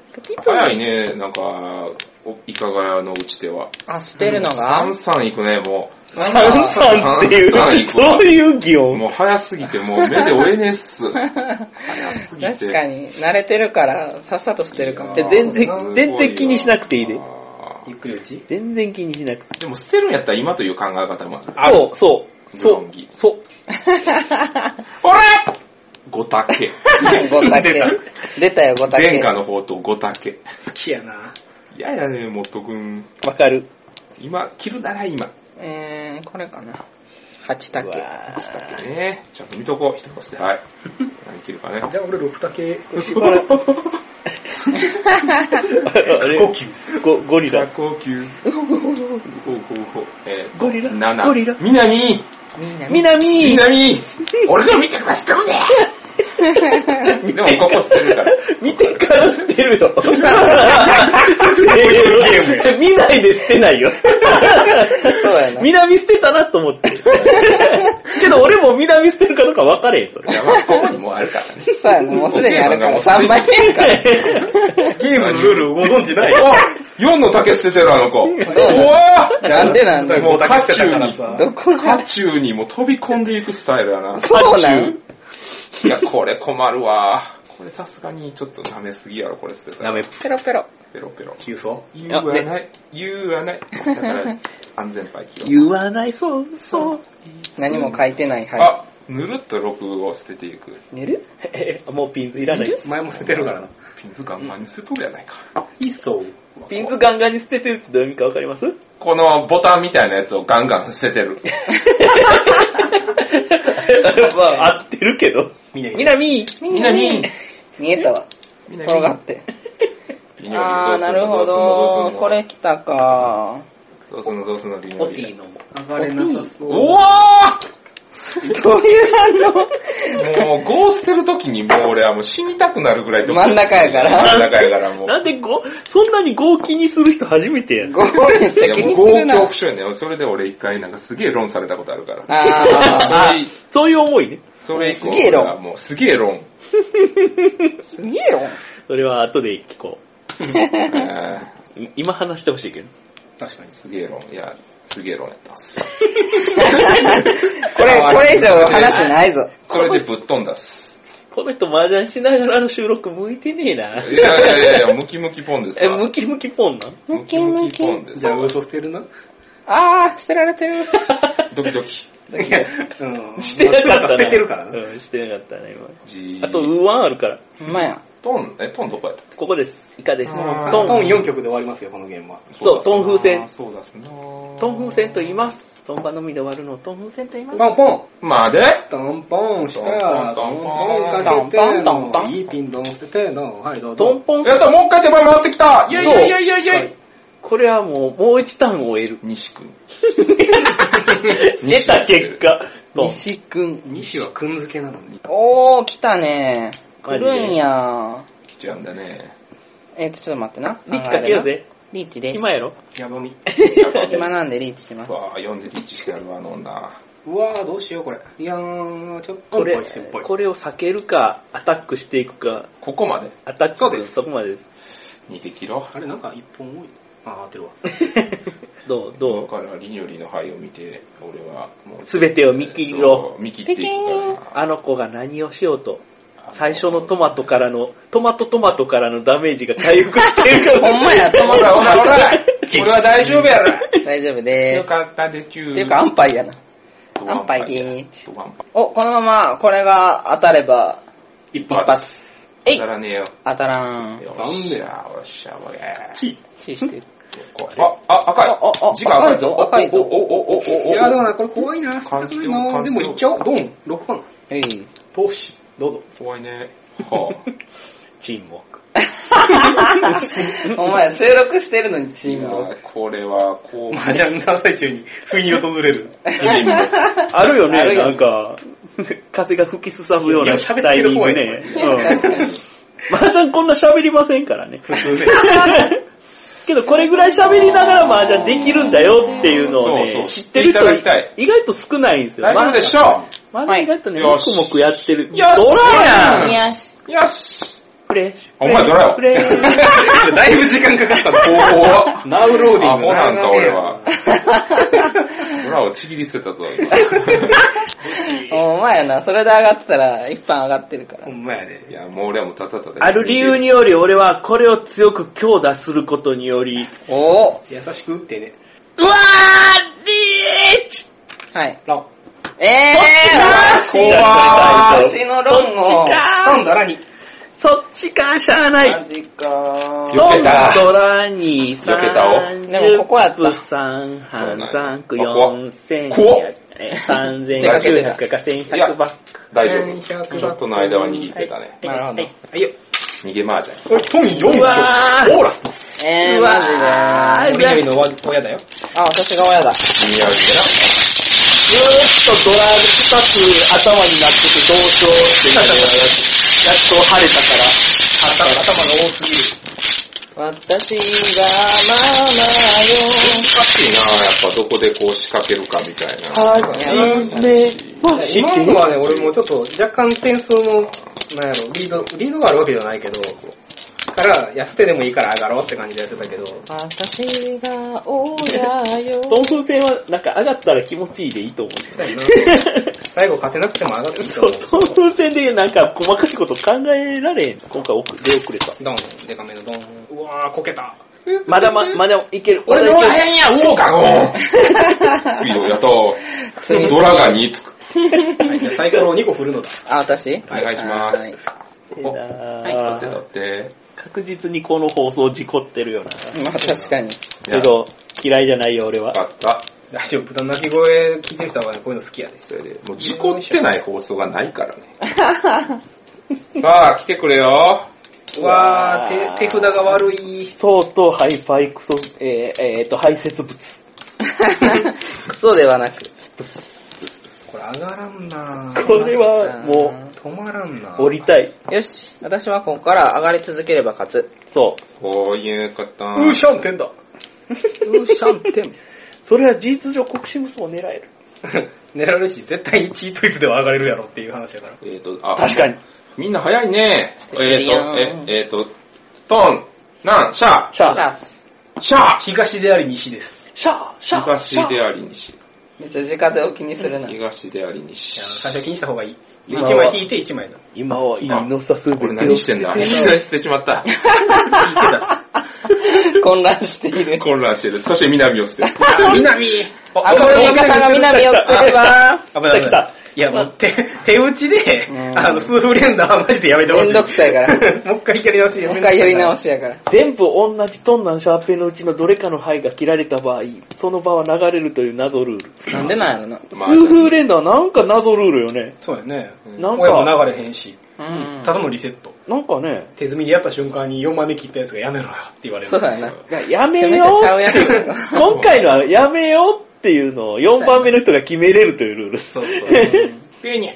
早いね、なんか、おいかがやの打ち手は。
あ、捨てるのが、
3、3いくね、も
サンさんってい
サンさん
う、そういう擬
う。
音。
もう早すぎて、もう目で追えねえっす。早すぎて。
確かに、慣れてるから、さっさと捨てるかも。
じゃあ全然全然気にしなくていいで
あー
ゆっくり打ち
全然気にしなくて。
でも捨てるんやったら今という考え方もある。
そう、そう、
ブ
そ
ロン
う
ギ、
そう。
おらごたけ。
ごたけ。出たよ、ごたけ。
殿下の方とごたけ。
好きやな。
いやいやね、もっとくん。
わか る。
今、切るなら今。
えー、これかな。八竹。
うわー
ねちゃんと見とこう。一言して、はい。何切るかね。
じゃあ俺六竹。
あれゴゴリラ。
高級。ほうほうほう。えーと、
ゴリラ
7。
ゴリラ
南
みんな、
みなみ
南俺の見てくださったのねでもここ捨てるから。
見てから捨てるよ。せーの見ないで捨てないよ。
そうやな。
南捨てたなと思って。けど俺も南捨てるかどうか分かれへん、そ
い
れ。
や、まあ、ここにもうあるからね。
そうやな、もうすでにあるから、3枚目やから。
ゲームのルールをご存知ない
あ !4 の竹捨ててた、あの子。うわー
なんでなんだよ
もう
五
渦
竹捨て
中
たから
に、
さ。
どこ
渦
が、
中にもう飛び込んでいくスタイルだな。
そうなん
いや、これ困るわ。これさすがにちょっと舐めすぎやろ、これ捨てたら。
め。
ペロペロ。
ペロペロ。
急走
言わない。言わない。だから、安全牌切ろう
言わない、そう、そう。
何も書いてない範囲。
あ、ぬるっと6を捨てていく。
寝る
えもうピンズいらないです。
前も捨ててるからな。
ピンズガンマンに捨てとるやないか。
いっそ。
ピンズガンガンに捨て てるってどういう意味か分かります
このボタンみたいなやつをガンガン捨ててる。
まあ、合ってるけど。
みなみ
み。なみみ
なみ
見えたわ。
みんな
転がって。
リニョリどう
あー、
すん
な
の
る
ど
ほ
うすんのどうすん
ど。
の
これ来たか。
どうすんのどうすんのリニョ
オ
リ
ティの。上が
あれ
れ
な
な
さ
さそ
お
う。
わ
どういう反応
ーもう、ゴー捨てるときにもう俺はもう死にたくなるぐらいと
真ん中やか
真
ら。
ん中やからもう。
なんでご、そんなに合気にする人初めてやん。
ごめん、
い
めっ
や
ちゃ気
もう
に
強
する
恐
な
怖。症やねん。それで俺一回なんかすげえ論されたことあるから。
あー、
あそういう思いね。
それ以降
すげえ論
俺はもうすげえ論。
すげえよ。
それは後で聞こ
えー
う。い今話してほしいけど。
確かに。
すげえ論。いや、すげえ論やったっす。
これ、これ以上話ないぞ。
それでぶっ飛んだっす。
この人麻雀しながらの収録向いてねえな。
いやいやいやいや、ムキムキポンです
え、
わ。
ムキムキポンなん
ムキムキ
ポンです
じゃあ嘘捨てるな。
あー、捨てられてる。
ドキドキ。
うん。
してなかったな。
捨ててるからな。
うん、してなかったね、今。
じ
あと、ウーワンあるから。
ほんまや。
トン、え、トンどこやったっ
ここです。イカです。
あー
トン。
トン4曲で終わりますよ、このゲームは。
け
そうトン風船
そうだっすな
トン風船と言います。トンバのみで終わるのをトン風船と言います。
ポンポン
まあで
トンポンしたら、ト
ト
ン
ン
ポ
ポ
ン
ン
かけて
トンポントン
の
ポ、ン
いいピンドン捨てての、はい、どう
ト
ぞ
ン。ポン
やったもう一回手前回ってきたイェイ
そう
イェイイェイイェイイェイ
これはもう、もう一ターンを終える。
西君。
出た結果、トン。
西くん。
西はくんづけなのに。
おー、来たね。来
マジで
るんや。
来ちゃうんだね。
えっと、ちょっと待ってな。
リッチかけようぜ。
リーチです。
今やろ
山見。
今なんでリーチします
う。わぁ、読んでリーチしてやるわ、あの女。
うわーどうしようこれ。いやー、ちょっと。
これ
先輩、
これを避けるか、アタックしていくか、
ここまで
アタック
そうです
そこまでです。
逃げ切ろ
あれなんか一本多い。あー、合ってるわ。
どう
う。
ど
だ
う
から、リニョリの灰を見て、俺はもう。
全てを見切ろ
そう。見切っていくからな。
あの子が何をしようと、最初のトマトからの、トマトトマトからのダメージが回復してい く。
ほんまや、ト
ほ
マト
らほらほら俺は大丈夫やろ
大丈夫で
よ
す。
かったでちゅー。
っていうか、アンパイやな。
ドワ
アン
ン
パ
パ
イ
イ
で
や、
ーす。
ドワンパイ。
お、このまま、これが当たれば、
一
発。え
当
い
たらねえよ。
当たらん。
よっしゃ、よっしゃ、おや。
チーしてる。
あ、あ、赤い。
あああ
字が赤いぞ。
赤いぞ
お、お、お、お、お、お。
いやー、でもな、これ怖いな。
感じてよ
まあ
感
で
じて
も
よ
いっちゃおう。ドン、6番。
えい。
投資、どうぞ。
怖いね。は
沈黙。
お前、収録してるのにチ
ぁ。
ームを。
今、これは、こう、
麻雀の最中に、不意に訪れる。
あるよね、
あるよ
なんか、風が吹きすさぶよう
いや
な
喋って
タイミ
る
ング
方や
ね。うん。麻雀こんな喋りませんか らね。
普通ね。
けどこれぐらい喋りながら麻雀できるんだよっていうのをね、
そうそ
知
う
ってる人
知っていただき
意外と少ないんですよ。
大丈夫でしょ
まだ意外とね、
は
も
い
くもくやってる。
よし
ドラやん
よし。
うよし
フレッシュ。
お前ドラよ
フレッシュ。
だいぶ時間かかったな。
おお
ナウローディ
ア
ング。
ホなんだ、俺は。ドラをちぎり捨てたぞ、今
お前やな、それで上がってたら、一般上がってるから
ほ。んまやで
い。や、もう俺はもうたたたた。
ある理由に。より俺はこれを強く強打することにより、
おお。
優しく打ってね。
うわーリーチはい。
ラン。
えー
そっちか
こっちのロンを。
タンだらに。
そっちか、しゃあない。
ジか
よけた
ドラに
避けた
三
おでもここやった
十三半三九四千
こわっ
三千
手かけ
九
てた
百か千
いや
百ばっ
大丈夫。ちょっとの間は握ってたね。
なるほど。
はいよ。
逃げ麻雀。
これ、トン4
うわー
オーラス。
えー、
うわ
マジで。あ、
ー
緑の親だよ。
私が親
似合うて
だ。
な。
ずーっとドラ深く頭になってて、どうしようっていうのがやつやっと晴れたから。
頭が多すぎる。
私がマ
難しいなやっぱどこでこう仕掛けるかみたいな。
マよ。
今のはね、俺もちょっと若干点数の、なんやろ、リード、リードがあるわけじゃないけど、から、安手でもいいから上がろうって感じでやってたけど、
私が親よ。
東風船はなんか上がったら気持ちいいでいいと思うんですよ。
最後勝てなくても上がってきた
そう、東風船でなんか細かいこと考えられん。今回遅れ出遅れた。
ドン、デカめのドン。うわー、こけた。
まだま、まだいける。まだいける。
んや、ウォーカ ゴンスピードやと
次、
ドラが2つく。
はい、じゃあサイコロを2個振るのだ。
あ、私
お願いします
はい
ここだってだって。
確実にこの放送事故ってるよな。
まあ確かに。
い
け
や、
ど、嫌いじゃないよ、俺は。
わかった。
ラジオ、豚の鳴き声聞いてる人はね、こういうの好きやで。
それで、もう事故ってない放送がないからね。 さあ、来てくれよ。
うわー、手、手札が悪い。
とうとう、ハイパイクソ、えー、えー、と、排泄物。
クソではなく。
これ上がらんな
これは、も
止まらんな
う、降りたい。
よし、私はここから上がり続ければ勝つ。
そう。
こういうこと。
うー、シャンテンだ。
うーシャンテン。
それは事実上、国士無双を狙える。
狙えるし、絶対チートイズでは上がれるやろっていう話だから。
えっと、あ、
確かに。。
みんな早いね。えっと、
いやー
え、えっと、トン、ナン、シャー、
シャ
シャ
ー。
ース。
シャー
東であり西です。
シャー、シャー。
東
シャー
であり西。
めっちゃ自家を気にするな。
東であり西。
最初気にした方がいい。一
今は
枚引いて一枚だ。
今は、犬のさすべて
俺何してんだいきなり捨てちま った。
混乱している。
混乱してる。そして南を捨て る。
南
あ、これの方が南を作れ ば。
危ない危
来
な
た
い。いや、もう手、手打ちで、あの、数フレンダーはマジでやめてほしい。
めんどくさいから
もう一回やり直し。
もう一回やり
し
直しやから。
全部同じトンナンシャーペンのうちのどれかの牌が切られた場合、その場は流れるという謎ルール。
なんでなんやろな。
まあ
数風連打はなんか謎ルールよね。
そうやね。
なん
親
か、
も流れへんし、
うん。
ただのリセット。
なんかね、
手積みでやった瞬間に4万で切ったやつがやめろよって言われる。
そうだよな。
いややめ
せめて
よ
ちゃ
う
うや つ。
今回のはやめようっていうのを4番目の人が決めれるというルール。
そうそう。
いいんや。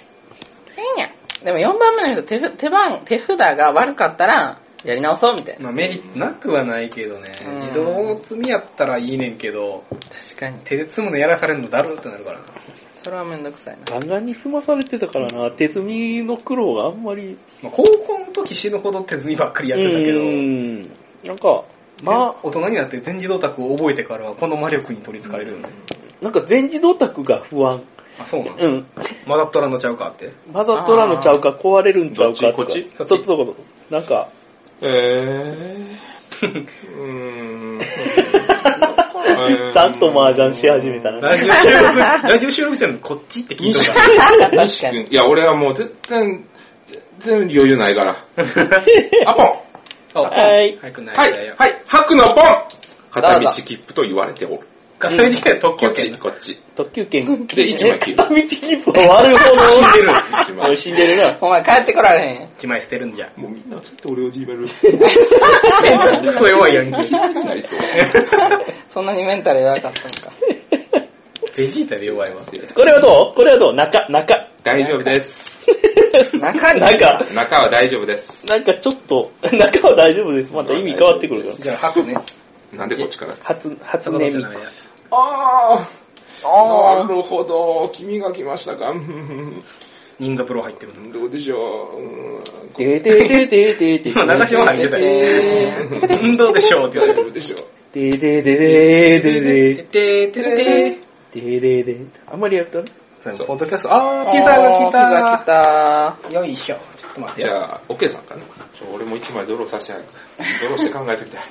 でも4番目の人手ふ手番、手札が悪かったら、やり直そうみたいな。
まあメリットなくはないけどね
うん。
自動積みやったらいいねんけど、
確かに。
手で積むのやらされるのだるってなるからな。
それはめんどくさいな。
ガンガンに積まされてたからな、手積みの苦労があんまり。
まあ高校の時死ぬほど手積みばっかりやってたけど
う、ん。なんか、ま
まあ、大人になって全自動卓を覚えてからはこの魔力に取り憑かれるよね。
あ、なんか全自動卓が不安。
あ、そうなの
うん。
まだっとらんのちゃうかって。
マザトラのちゃうか、壊れるんちゃうかとか。
どっち
こっち
そうそうそう。なんか、
えー。うーん。
ちゃんと麻雀し始めた な。
ラジオ収録、ラジオ収録してるのこっちって聞いとるから。
確かに。
いや、俺はもう絶対、全然余裕ないから。 アポン
はい
早くない
はい
やいや、
はい、白のポン片道切符と言われておる。
ガサリ的な特
こっ
許権
ち、こっち。
特急券。
で一枚切る
え片道切符は悪いほど。
一枚
死んでるな。
お前帰ってこられへん。
1枚捨てるんじゃ。
もうみんなちょっと俺をじめ る。
クソ弱いやんけ。
なり そう。
そんなにメンタル弱かったのか。
ベジータで弱いわ。
これはどうこれはどう中、中。
大丈夫です。
中に。
なんか、
中は大丈夫 です。
なんかちょっと、中は大丈夫です。また意味変わってくるから。
じゃあ、白ね。
なんでこっちから
初、初
その
音
じゃ
ミ
ないや。
ああ、
お
な
ー。
るほど。君が来ましたか。 うん
忍者プロ入ってるの。
どうでしょううん。
でででででで。
今、流しは入ってた
え
よ。運動でしょうって言われて
ど
る。
うでしょう。
でででででで。
てててれて
ででで。あんまりやるとね。
そう
ポッドキャスト、あー、ピ
ピ
ザ
ザ
が来た
が来た。
よいしょ。ちょっと待って
じ
よ。
ゃあ、オケさんかな。ちょ俺も一枚ドローさせて、ドローして考えときたい。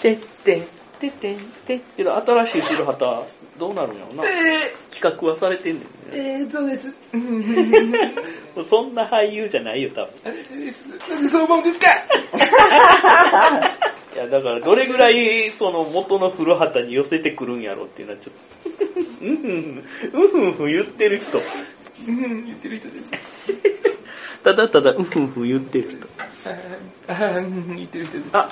てってん、てってん、てってけど、新しい後ろ旗、どうなるんやろな。企画はされてんねんね。
えー、そうです。
もうそんな俳優じゃないよ、多分。
なんでそう思うんですか
いや、だから、どれぐらい、その、元の古畑に寄せてくるんやろっていうのは、ちょっと、うんふん、うんふんふん言ってる人。
うん、言ってる人です。
ただただ、うんふんふん言ってる人。
あーうん言ってる人です。
あ、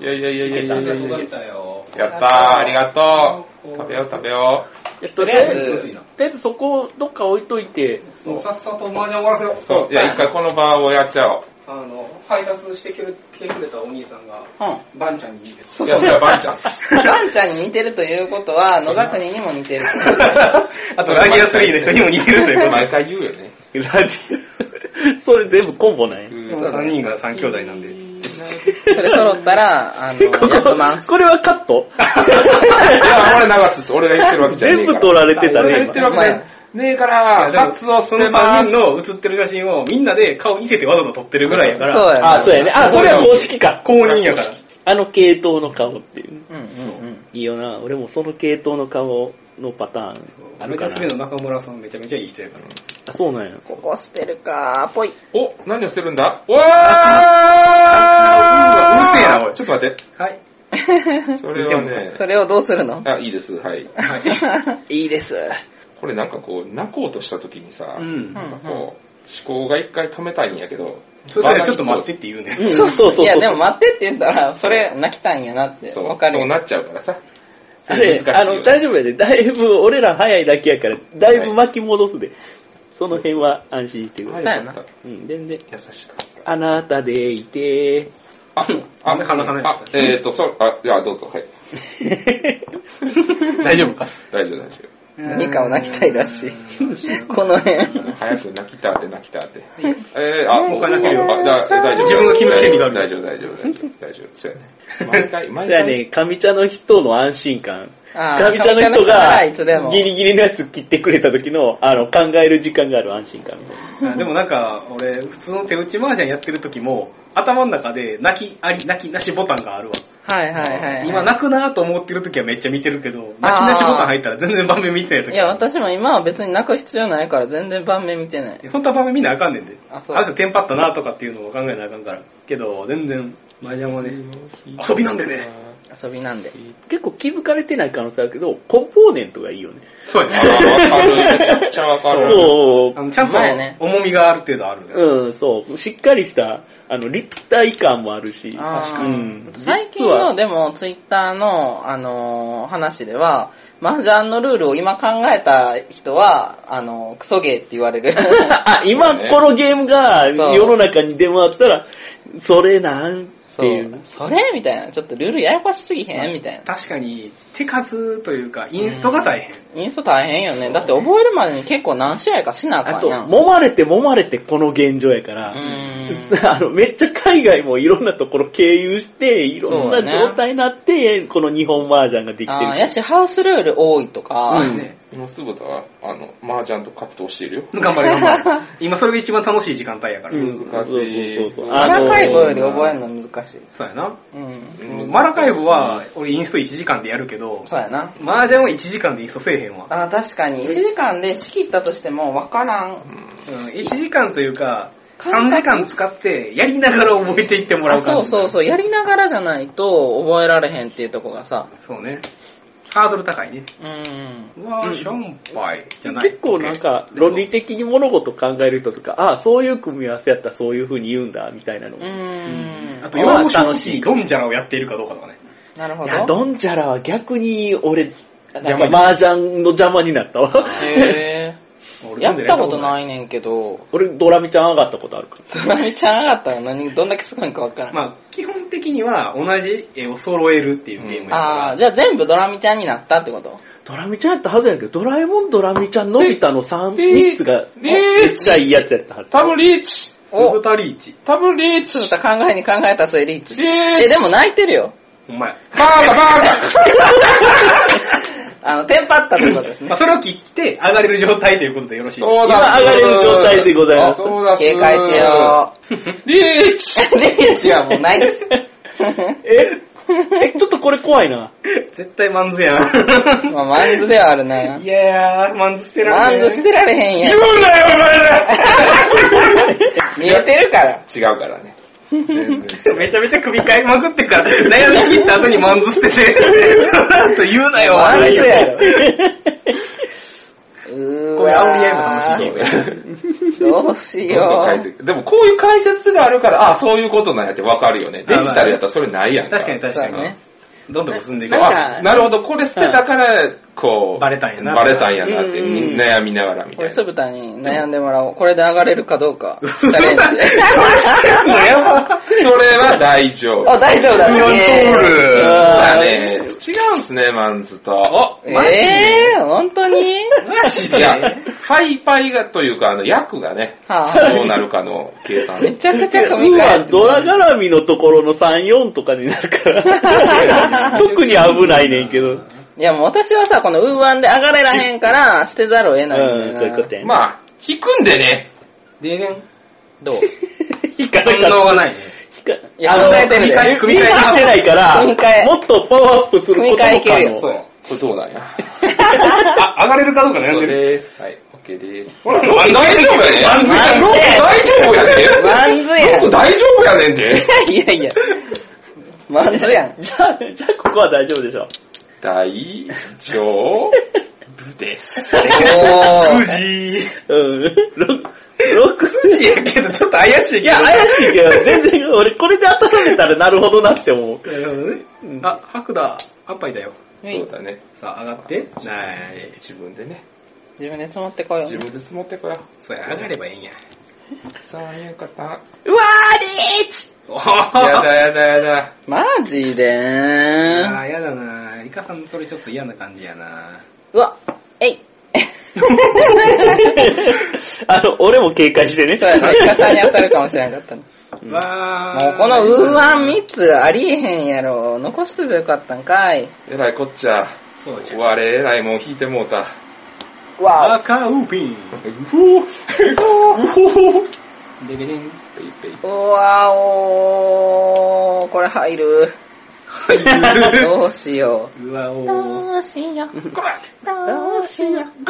いやいやいやいやいやいやいや。
たよ。
やったー、ありがとう。食べよう食べよ
いやとりあえず、とりあえずそこをどっか置いといて、
もうさっさと麻雀終わらせよ
う。そう、いや、一回この場をやっちゃおう。
あの、配達してきてくれたお兄さんが、
うん。
バンちゃんに言うて
いや、それはバンチャンス。
ガンちゃんに似てるということは、野田国にも似てる。
あと、ラギアスリーの人にも似てるというこ
毎回言うよね。
ラジオ、それ全部コンボなんや。
と。3人が3兄弟なんで。
それ揃った ら、あの、役満。
これはカット
いや、俺流すです。俺が言ってるわけじゃねえ
全
から。
部取られてた
俺が
ね
言ってるわけじゃねえから、
いやでも
カツを捨
そ
て
の
ま
3
す
人。の写ってる写真をみんなで顔似せてわざと撮ってるぐらいやか
そう
ら、
や
今。あ、そうやね。あ、それは公式か。
公認やから。
あの系統の顔っていう。
うんうんうん。
いいよな。俺もその系統の顔のパターンある
ル
か
カ
な
ス。メの中村さんめちゃめちゃいい人やから。
あそうなんや。
ここ捨てるかー、ぽい。
お、何を捨てるんだおわ
うるせえなおい
ちょっと待って。
はい。
それはね、
それをどうするの
あ、いいです。はい。
いいです。
これなんかこう、泣こうとした時にさ、
う
なん
ん。
かこう、思考が一回止めたいんやけど、
そしたらちょっと待ってって言う
う
ね。
ん、そうそうそう。
いや、でも待ってって言ったら、それ泣きたいんやなって、
そう
わかる
そう
よ。
なっちゃうからさ。
あれ、
それ難しい
あ
よね
の、大丈夫やで。だいぶ、俺ら早いだけやから、だいぶ巻き戻すで。その辺は安心してください。
だよな
はい
うん、全然。
優しかった。
あなたでいて
あ、あ、
鼻鼻鼻
あ、えっ、ー、と、そう、あ、じゃあどうぞ、はい。
大丈夫か
大丈夫、大丈
何かを泣きたいらしい。この辺。
夫。早く泣きたって、泣きたって。えー、あ、
もう一回泣けるよ
あだ大丈夫。
自分の決める権利がある
大丈夫、大丈夫、大丈夫。大丈夫。そうやね。毎回、毎
じゃあ
回。
ね、神茶の人の安心感。
あ
神茶の人
らいつで
が
も。
ギリギリのやつ切ってくれた時の、あの、考える時間がある安心感みたいな。
あでもなんか、俺、普通の手打ち麻雀やってる時も、頭の中で泣きあり、泣きなしボタンがあるわ。
はいはいはいはい。
今泣くなと思ってる時はめっちゃ見てるけど、泣きなしボタン入ったら全然盤面見てない時
いや、私も今は別に泣く必要ないから全然盤面見てない。
本当は盤面見なあかんねんで。
あ
あ、
そ
そうう。テンパったなとかっていうのを考えなあかんから。けど、全然、麻雀はね、遊びなんでね。
遊びなんで。
結構気づかれてない可能性あるけど、コンポーネントがいいよね。
そうや
あ
ね。
ーわかる。めちゃくちゃわかる。
そう
あ。のちゃんと
まあね
重みがある程度あるんだよ。
うん、そう。しっかりした、あの、立体感もあるし。
あー
うん
最近
実は
の、でも、ツイッターの、あのー話では、麻雀のルールを今考えた人は、あのークソゲーって言われ る。
あ、今このゲームが
そう
世の中に出回ったら、それなんって
そう
いう。
それみたいな。ちょっとルールややこしすぎへんみたいな。
確かに、手数というか、インストが大変。
インスト大変よね。だって覚えるまでに結構何試合かしなあ
あ
か
と、
んやん。
揉まれて揉まれてこの現状やか
う
ら、
ーん。
あの、めっちゃ海外もいろんなところ経由して、いろん
そ
な
うだね
状態になって、この日本麻雀ができて
あー
る。
やし、ハウスルール多いとか、
うん
ね
もうすぐだわ、あの、麻雀と格闘してるよ。
頑張れ頑張れ。今それが一番楽しい時間帯やか
う
ら。
ん
難しい
そうそうそうそう。
マラカイボより覚えるの難しい。
そうやな。
うん。
マラカイブは、俺インスト1時間でやるけど、
そうやな。
麻雀は1時間でインストせえへんわ。
あー確かに。1時間で仕切ったとしても分からん。
うん、1時間というか、
感
3
覚
時間使って、やりながら覚えていっても
あ
らう感
そ
じ。
うそう
う。
そう。やりながらじゃないと覚えられへんっていうとこがさ。
そうね。ハードル高いね。
うん。
わー、シャンパイじゃない。
結構なんか、
OK
論理的に物事を考える人とか、ああ、そういう組み合わせやったらそういう風に言うんだ、みたいなの。
うーん
あ。と、要所しいドンジャラをやっているかどうかとかね。
なるほ
いや、
ど。
ドンジャラは逆に俺、なん
邪魔に
か麻雀の邪魔になったわ。
へー。
俺
やったこと
い。
ないねんけど、
俺、ドラミちゃん上がったことあるから。
ドラミちゃん上がったら何、どんだけすごいんか分からん。
まあ、基本的には同じ絵を揃えるっていうゲームやか
あ
ら
あ、。じゃあ全部ドラミちゃんになったってこと
ドラミちゃんやったはずやけど、ドラえもん、ドラミちゃん、のび太の3、3つが、めっちゃいいやつやったはず。
多分リーチ
スブタリーチ。
多分リーチ。ちょっと考えに考えた末リーチ。
リーチ
え、でも泣いてるよ。
お前。
バーガバーガ
あの、テンパったってこと ですね
まあ、。それを切って上がれる状態ということでよろしいです
そう
今
だ、
上がれる状態でございます。
そうだ、
警戒しよ
う。リーチ
う。リーチはもうないです。
ええ、ちょっとこれ怖いな。
絶対マンズやん。
まあ、マンズではあるな。
いやー、マンズ捨てら
マ
れ
ン
な
ズ
い。
捨てられへんやん。
うなよ、
見えてるから。
違うからね。全然。
めちゃめちゃ首買いまくってから、悩み切った後にマンズ捨てて、その後言うなよ、
マンズ
よ。
やろ。うーわー
これ煽り合いも楽しいよね。
どうし
どんどん
よ
解
う。
説 でもこういう解説があるから、あそういうことなんやってわかるよね。デジタルやったらそれないやん
確かに確
そう
か
や
に
ね。。
どんどん進んでいく
そう。あなるほど、これ捨てたから、こう。
バレたんやな
バレたんやなって、
うんうんうん
悩みながらみ
こ
たい
れ、
な。
酢豚に悩んでもらおう。これで上がれるかどうか。チャレン ジ。
それは大丈夫。
あ、大丈夫だ。
そう
ね
だね。違うんすね、マンズと。
ええー、本当に
マジ
い
で
や、ハイパイが、というか、あの、役がね、
はあ、
どうなるかの計算。
めちゃくちゃ
う
組み替え
わ、
て
ドラ絡みのところの3、4とかになるから、特に危ないねんけど。
いやもう私はさ、このウーワンで上がれらへんから、捨てざるを得ないんだ
う
よ
ん、
な。
そういうことやね。
まあ、引くんでね。
でね、
どう
引かな
反
か
応
っ
が ないね。
た。
いや、
あの
考えてるで。
組
組み替えしてないから、
組み替え
もっとパワーアップすることも可
組み替えいけるよ
能。
そう。
これどうなんや。
あ、上がれるかどうか悩
そ
ん
う
でる。
です。はい、OK です。
ほら、
大丈夫やね。
マンズやん
ロー大丈夫やね。
マンズやん
ロー大丈夫やねんで。
いやいや。マンズやん。
じゃあ、じゃあここは大丈夫でしょ。
大丈夫です。
お
マンズやん
うん。6、6
いやけど、ちょっと怪しい
い
けど。
や、怪しいけど、全然、俺これで当たられたらなるほどなって 思う。
なるほどね
うん
あ、白だ。アッパイだよ。
そうだね。
さあ、上がって。ない。
自分でね。
自分で積もってこよ
自
う。
分で積もってこよう。
そうや、上がればいいんや。
そういうこと。や
おや
だやだやだ。
マジで
あ
ー
ー、やだなイカさんそれちょっと嫌な感じやな
うわ、えい。
あの、俺も警戒してね。
そうやね、イカさんに当た るかもしれなかったの。
わ
もうこのウーワン3つありえへんやろ。残しといてよかったんかい。
えらいこっちゃ。
そうじゃん。
我えらいもん引いてもうた。
わ
赤ウーピン。
うほうほうほう
でで でん。
ペイペイ
お。うわおー、これ入る。どうしよう。
うわおー
どうしよう。どうしよう。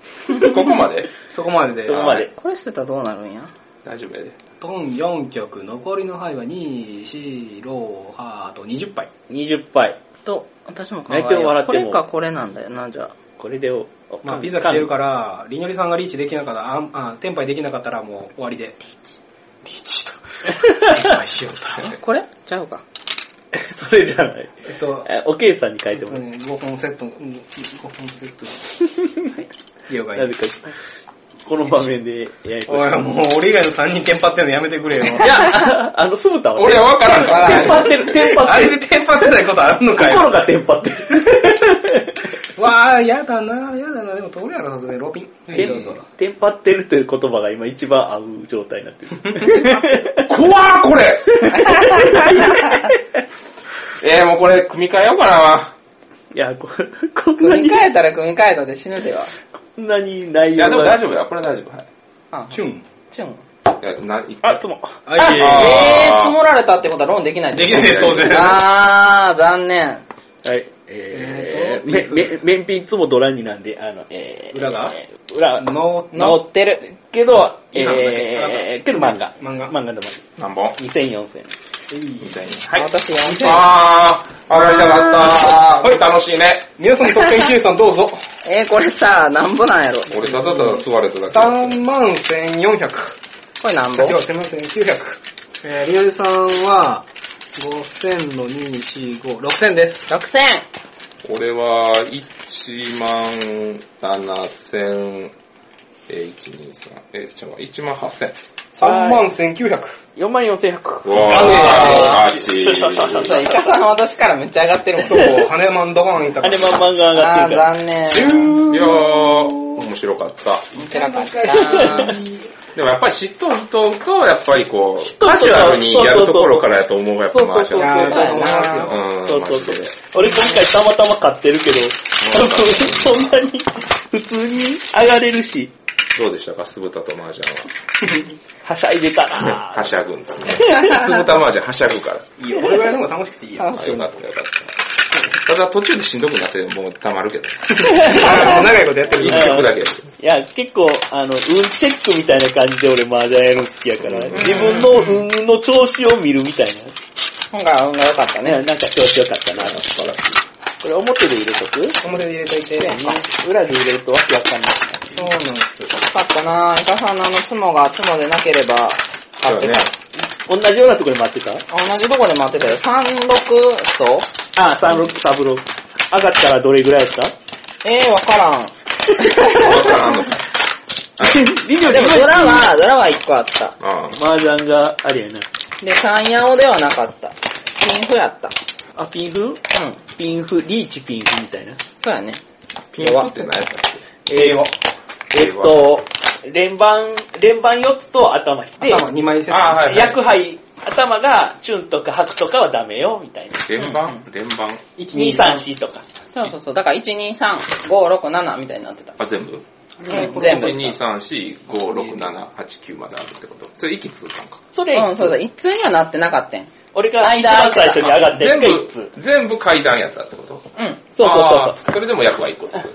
ここまで
そこまでで。
そこまで。
これしてたらどうなるんや
大丈夫やで。
トン4曲、残りの牌は2、4、6、8と20牌。
20杯。
と、私も考
泣いて
え
も笑
よ
っ
う。こ
ても
れかこれなんだよな、じゃあ。
これでお、お
まあ、ピザ来てるから、りのりさんがリーチできなかったら、あ、あ、テンパイできなかったらもう終わ りで。リーチ。リーチと。テンパイしようと。
これちゃうか。
それじゃない。
えっと、
えおけいさんに書いてもらう。
5本セット、うん、5本 セット。了解
なぜか、この場面でやりこし
おい、もう俺以外の3人テンパってんのやめてくれよ。
いや、あの、酢豚は ね、
俺は分からんから
テンパってる、テンパっ
あ
て
れ
る。
でテンパってないことあるのかよ。
心がテンパってる。
わあ、やだな、やだな、でも通るやろ、さすがに、ロビン。
テ
どうぞ
ンテンパってるという言葉が今一番合う状態になってる。
怖ーこれえー、もうこれ、組み替えようかな。
いや、ここんな
組み
に、
替えたら組み替えたで死ぬでは。
こんなに内
いや、
容
でも
が
大。丈夫や。これ大丈夫。はい。
あ、
チュン。
チュン。
いや、な、い
あ、つも。
は
あ
えー、積もられたってことはローンできない
い。できないです、当然。
あー、残念。
はい。えー、め、め、めんぴんつもドラニなんで、あの、えー、
裏が
えー裏、
の、
乗ってる。
けど、
いい漫画ね
えー、けど漫画。
漫画
漫画の漫
何本
画。2004戦。
みたいに。
はい。
私4点。
あー、上がりたかった。はい、楽しいね。
皆さんの得点計算ど うぞ。
えー、これさ、なんぼなんやろ。
俺、ただただ座れただけだった。
3万1400。
これなんぼ
違う、すみません、900。えー、りのりさんは、5000の2、4、5、6000です。
?6000!
俺は、1万7000、えー、123、えー、ちゃうわ、1万8000。
3万1900。
44,100。
うわ
あ
ー、マジ。
そう、イカさん私からめっちゃ上がってるもん。
そう、羽マンドバーンいた
あれ、ま、漫画上がって
あ
る
ー、
から。
残念。
いやー、面白かった。
見てなかった。
でもやっぱり嫉妬とと、やっぱりこう、カジュアルにやるところからやと思うやっぱマージャン
や
っ
ー、
て
そう 思いますよ。
うん、
そうそう
マジで。
俺今回たまたま買ってるけど、多分 そんなに普通に上がれるし、
どうでしたか、酢豚とマージャン
はしゃいでた
は。は
な
しゃぐんですね。酢豚マージャンはしゃぐから。
いいよ、これぐらいの方が楽しくていいよ。
あよかったよかった。ただ途中でしんどくなってもう溜まるけど。
あー長いことやってる。
一曲だけ。
いや、結構、あの、運チェックみたいな感じで俺麻雀やるの好きやから、自分の運の調子を見るみたいな。
今回は運が良かった
ね、
ね。
なんか調子良かったな。これ表で入れとく
表で入れといて。
裏で入れるとわけわかんない。
そうなんです。
良かったなぁ。イカさんのあの、ツモがツモでなければ、
そうだね。
同じようなところに待ってた
同じとこで待ってたよ。36と
あ、サブロサブロ上がったらどれぐらいやった
えー、わからん。
わからんのか。
リニョ
でもドラは、ドラは1個あった。
ああ
麻雀があれやな。
で、三ヤオではなかった。ピンフやった。
あ、ピンフ
うん。
ピンフ、リーチピンフみたいな。
そうやね。
ピンはって何やったっ
英語。えっと、連番、連番4つと頭して、
頭2枚セ
け
ット。
ああ、はい。
薬杯、頭がチュンとかハクとかはダメよ、みたいな。
連番連番
1234とか。
そうそうそう。だから、1、2、3、5、6、7みたいになってた。
あ、全部
うん、全部。
1、2、3、4、5、6、7、8、9まであるってこと。それ息通感か。
それ、
うん、そうだ。一通にはなってなかったん。うん。
俺が一番最初に上がって
全
るのが
部
1、
全部階段やったってこと
そうそうそう
あーそれでも役は1個つく。
そう。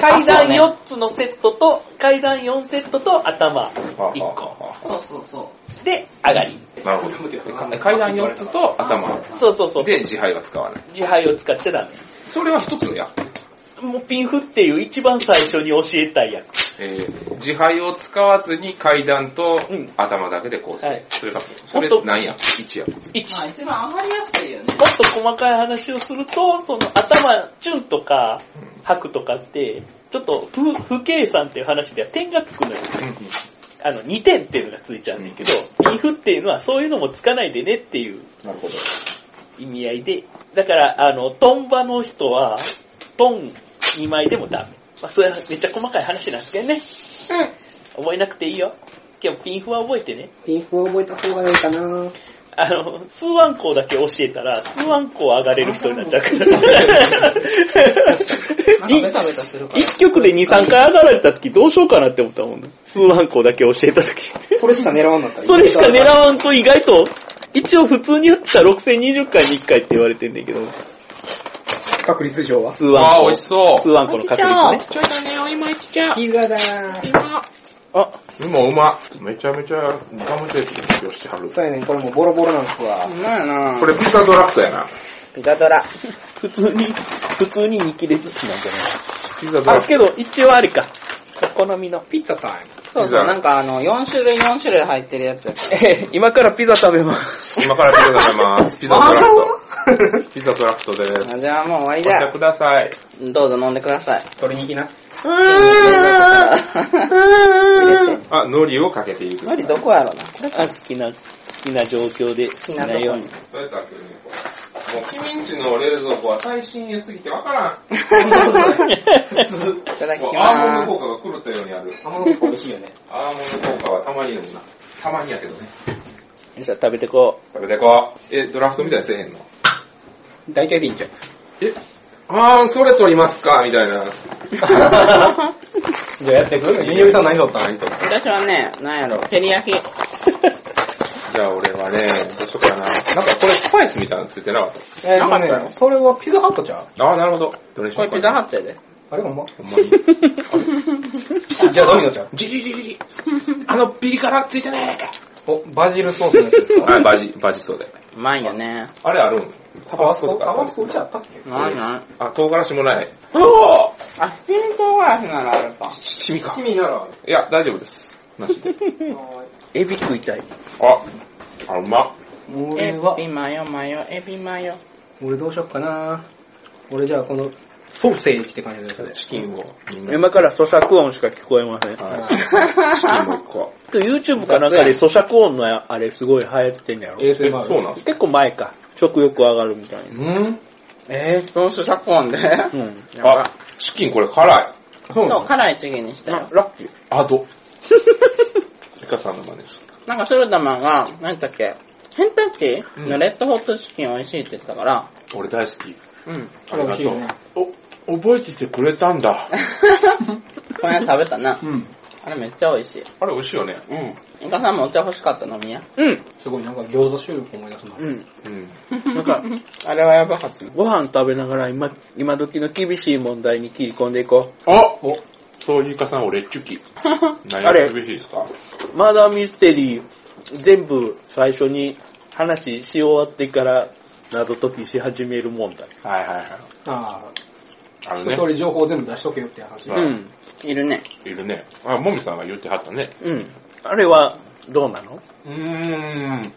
階段4つのセットと、階段4セットと頭1個。
そうそうそ
で、上がり。
なるほど。階段4つと頭。
そうそうそう。
で、自敗は使わない。
自敗を使っちゃダメ。
それは一つの役。
もうピンフっていう一番最初に教えたい役。
えー、自敗を使わずに階段と
うん
頭だけで構成。
はい
それが、それ
ほんと
何役 ?1 役。
う。まあ、一番上がりやすいよね。
もっと細かい話をすると、その頭、チュンとか、吐くとかって、ちょっと不不計算っていう話では点がつくのよ。あの、2点っていうのがついちゃうんだけど、ピンフっていうのはそういうのもつかないでねっていう
なるほど。
意味合いで、だから、あの、トンバの人は、トン2枚でもダメ。まあ、それはめっちゃ細かい話なんですけどね。うん。覚えなくていいよ。今日ピンフは覚えてね。
ピンクを覚えた方がいいかな
あの、数万校だけ教えたら、数万校上がれる人になっちゃうから。
なんかベタベタするから。
一曲で2、3回上がられた時どうしようかなって思ったもんね。数万校だけ教えた時。
それしか狙わんかった。
それしか狙わんと意外と、一応普通にやってたら6020回に1回って言われてんだけど、
確率上は。
数万
あー、
校
美味。しそ
数
う。
万校の確率ね。
ちょいだね、お今行っちゃう。
ピザだー。
今。
あ、
今うま。めちゃめちゃガムテープで発表してはる。
そうやねん、これもうボロボロなんですわ。
まやな
これピザドラフトやな。
ピザドラ。
普通に、普通に2切れずつなんじゃない
ピザドラ
あ、
フ
けど一応あれか。お好みの。
ピッツァタイム。
そうそう、なんかあの、4種類4種類入ってるやつやから。
えー今からピザ食べます。
ト。今からピザ食べます。ピザドラフト。ピザドラフトです。
あじゃあもう終わり
お茶
だ。
ください。
どうぞ飲んでください。
取りに行きな。
入れて。
あ、海苔をかけていく。
無理どこやろな。
あ好きな、好きな状況で、好
き
き
な
な
とこに
よう に。
どうやって開けるねこれ。もう、君んちの冷蔵庫は最新鋭すぎてわからん。
いただき
もうアーモン
ま
ド
す。
効果が狂ったようにある。
卵の子美味しいよね。
アーモンド効果はたまにやけどな。たまにやけどね。
じゃあ食べてこ
食べてこう。え、ドラフトみたいにせえへんの
大体でいいんちゃう。
え、あー、それ取りますかみたいな。
じゃあやっていくゆにおりさん何取ったの
私はね、なんやろ、照り焼き。
じゃあ俺はね、どうしようかな。なんかこれスパイスみたいなのついてなかっ
え
なかったよ
ーとね、それはピザハットちゃう
た。あー、なるほど。どれにし
こ
ようか
れピザ
な。
ハットやで。
あれほんま
ほんまに。
じゃあドミノちゃう
ジリリリリ。あのビリからついてねえか。
お、バジルソースのやつです か
はい、バジ、バジソーで。
うまいよね。
あれあるんタバスコとか
タ
あった
バ
り
ス
す
コ
る
うちあったっけ
ないない。
あ、唐辛子もない。うおー
あ、七味唐辛子ならあるか。
七味か。
君なら、
いや、大丈夫です。なしで。
う。エビ食いたい。
あ、あ、うまっ。
エ
俺は、
ビマヨマヨ、エビマヨ。
俺どうしよっかな俺じゃあこの、ソーセージって感じのやつで。
チキンを。みんな
今から咀嚼音しか聞こえません。
はい、すいませんチキンも一個。
と YouTube かなんかで咀嚼音のあれすごい流行ってんやろ。
え、そうなん
結構前か。食欲上がるみたいな。
うん
えー、ソースサコンで。
うん。
あ、チキンこれ辛い。
そう、辛いチゲにしたよ。
ラッキー。
あ、 ど。イカさんの真似し
なんか、シュルダマンが、何だっけ、ケンタッキーのレッドホットチキン美味しいって言ってたから、
た俺大好き。
うん。
ありがとう。お、覚えててくれたんだ。
この間食べたな。
うん。
あれめっちゃ美味しい。
あれ美味しいよね。
うん。イカさんもお茶欲しかったのみや。
うん。
すごいなんか餃子収録思い出すな。
うん。
うん。
なんか、
あれはやばかった。
ご飯食べながら今、今時の厳しい問題に切り込んでいこ
あそういうイカさん俺チュキ。
あ
何
れ
が厳しいですか
う。マーダーミステリー、全部最初に話し終わってから謎解きし始める問題。。
はいはいはい。
ああ、
あの
一
ね、
通り情報全部出しとけよって話。
うん
いるね。
いるね。あ、もみさんが言ってはったね。
うん。あれは、どうなの
うーん。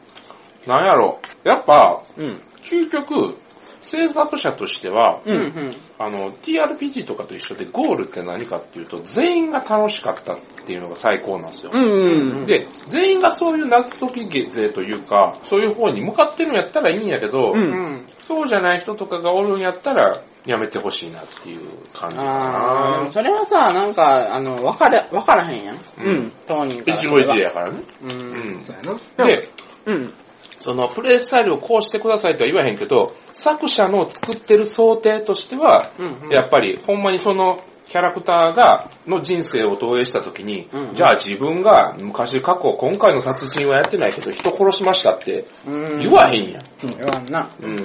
なんやろ。やっぱ、
うん。
究極、制作者としては、
う
うん
ん。
あの、TRPG とかと一緒でゴールって何かっていうと、全員が楽しかったっていうのが最高なんですよ。
うん。うん。
で、全員がそういう謎解き勢というか、そういう方に向かってるんやったらいいんやけど、
う
うんん。
そうじゃない人とかがおるんやったら、やめてほしいなっていう感じか
あー、でも
な。
それはさ、なんか、あの、わかれ、わからへんやん。
うん。
当人から。
一期一会。やからね。
う。
うんん
そ。うやな。
で、
うん。
そのプレイスタイルをこうしてくださいとは言わへんけど、作者の作ってる想定としては、
うんうん
やっぱりほんまにそのキャラクターが、の人生を投影した時に、
うんうん
じゃあ自分が昔過去、今回の殺人はやってないけど人殺しましたって
うん。
言わへんやん。
言わんな。
うん。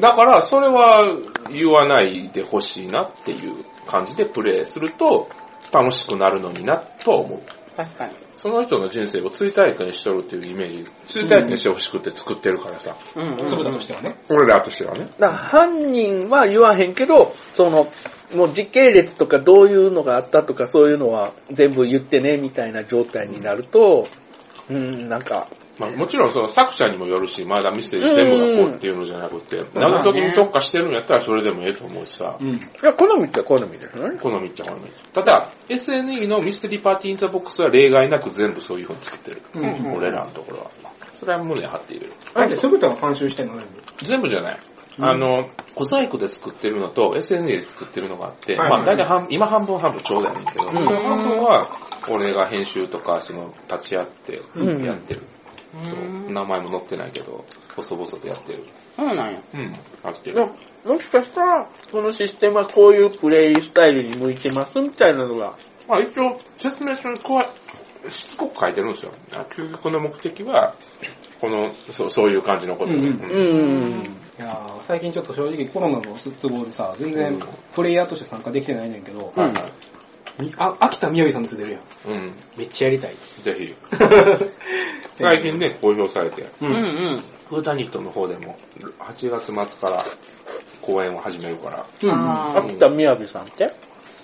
だからそれは言わないでほしいなっていう感じでプレイすると楽しくなるのになとは思う。
確かに。
その人の人生を追体験しとるっていうイメージ、追体験してほしくて作ってるからさ。
うんうん。
粒だとしてはね。
俺らとしてはね。
だから犯人は言わへんけど、その、もう時系列とかどういうのがあったとかそういうのは全部言ってねみたいな状態になると、うん、なんか、
まあもちろんその作者にもよるし、まだミステリー全部がこうっていうのじゃなくて、謎解きに特化してるんやったらそれでもええと思うしさ、
うん。
いや好みっちゃ好みですね。
好みっちゃ好み。ただ、SNE のミステリーパーティーインザボックスは例外なく全部そういう風に作ってる。
うん
俺らのところは。それは胸張って言える。
あれってすぐとは監修してんの全部
全部じゃない。あの、小細工で作ってるのと SNE で作ってるのがあって、
はい
まあ大体半、今半分半分ちょうどやねんけど、半分は俺が編集とか、その、立ち会って
うん
やってる。そう。名前も載ってないけど、細々とやってる。
そうなんや。
うん。合って
で
る。
ももしかしたら、このシステムはこういうプレイスタイルに向いてますみたいなのが、
まあ一応、説明書に加え、しつこく書いてるんですよ。あ究極の目的は、この、そう、そういう感じのこと。
うんう
うん
ん
うん。
いやー最近ちょっと正直コロナの都合でさ、全然プレイヤーとして参加できてないねんけど、
はいはい
みあ、秋田みよりさんと出るやん。
うん。
めっちゃやりたい。
ぜ ひ。最近ね、公表されて、
うんうん。
フーダニットの方でも、8月末から公演を始めるから、
うん
あー
秋田みやびさんって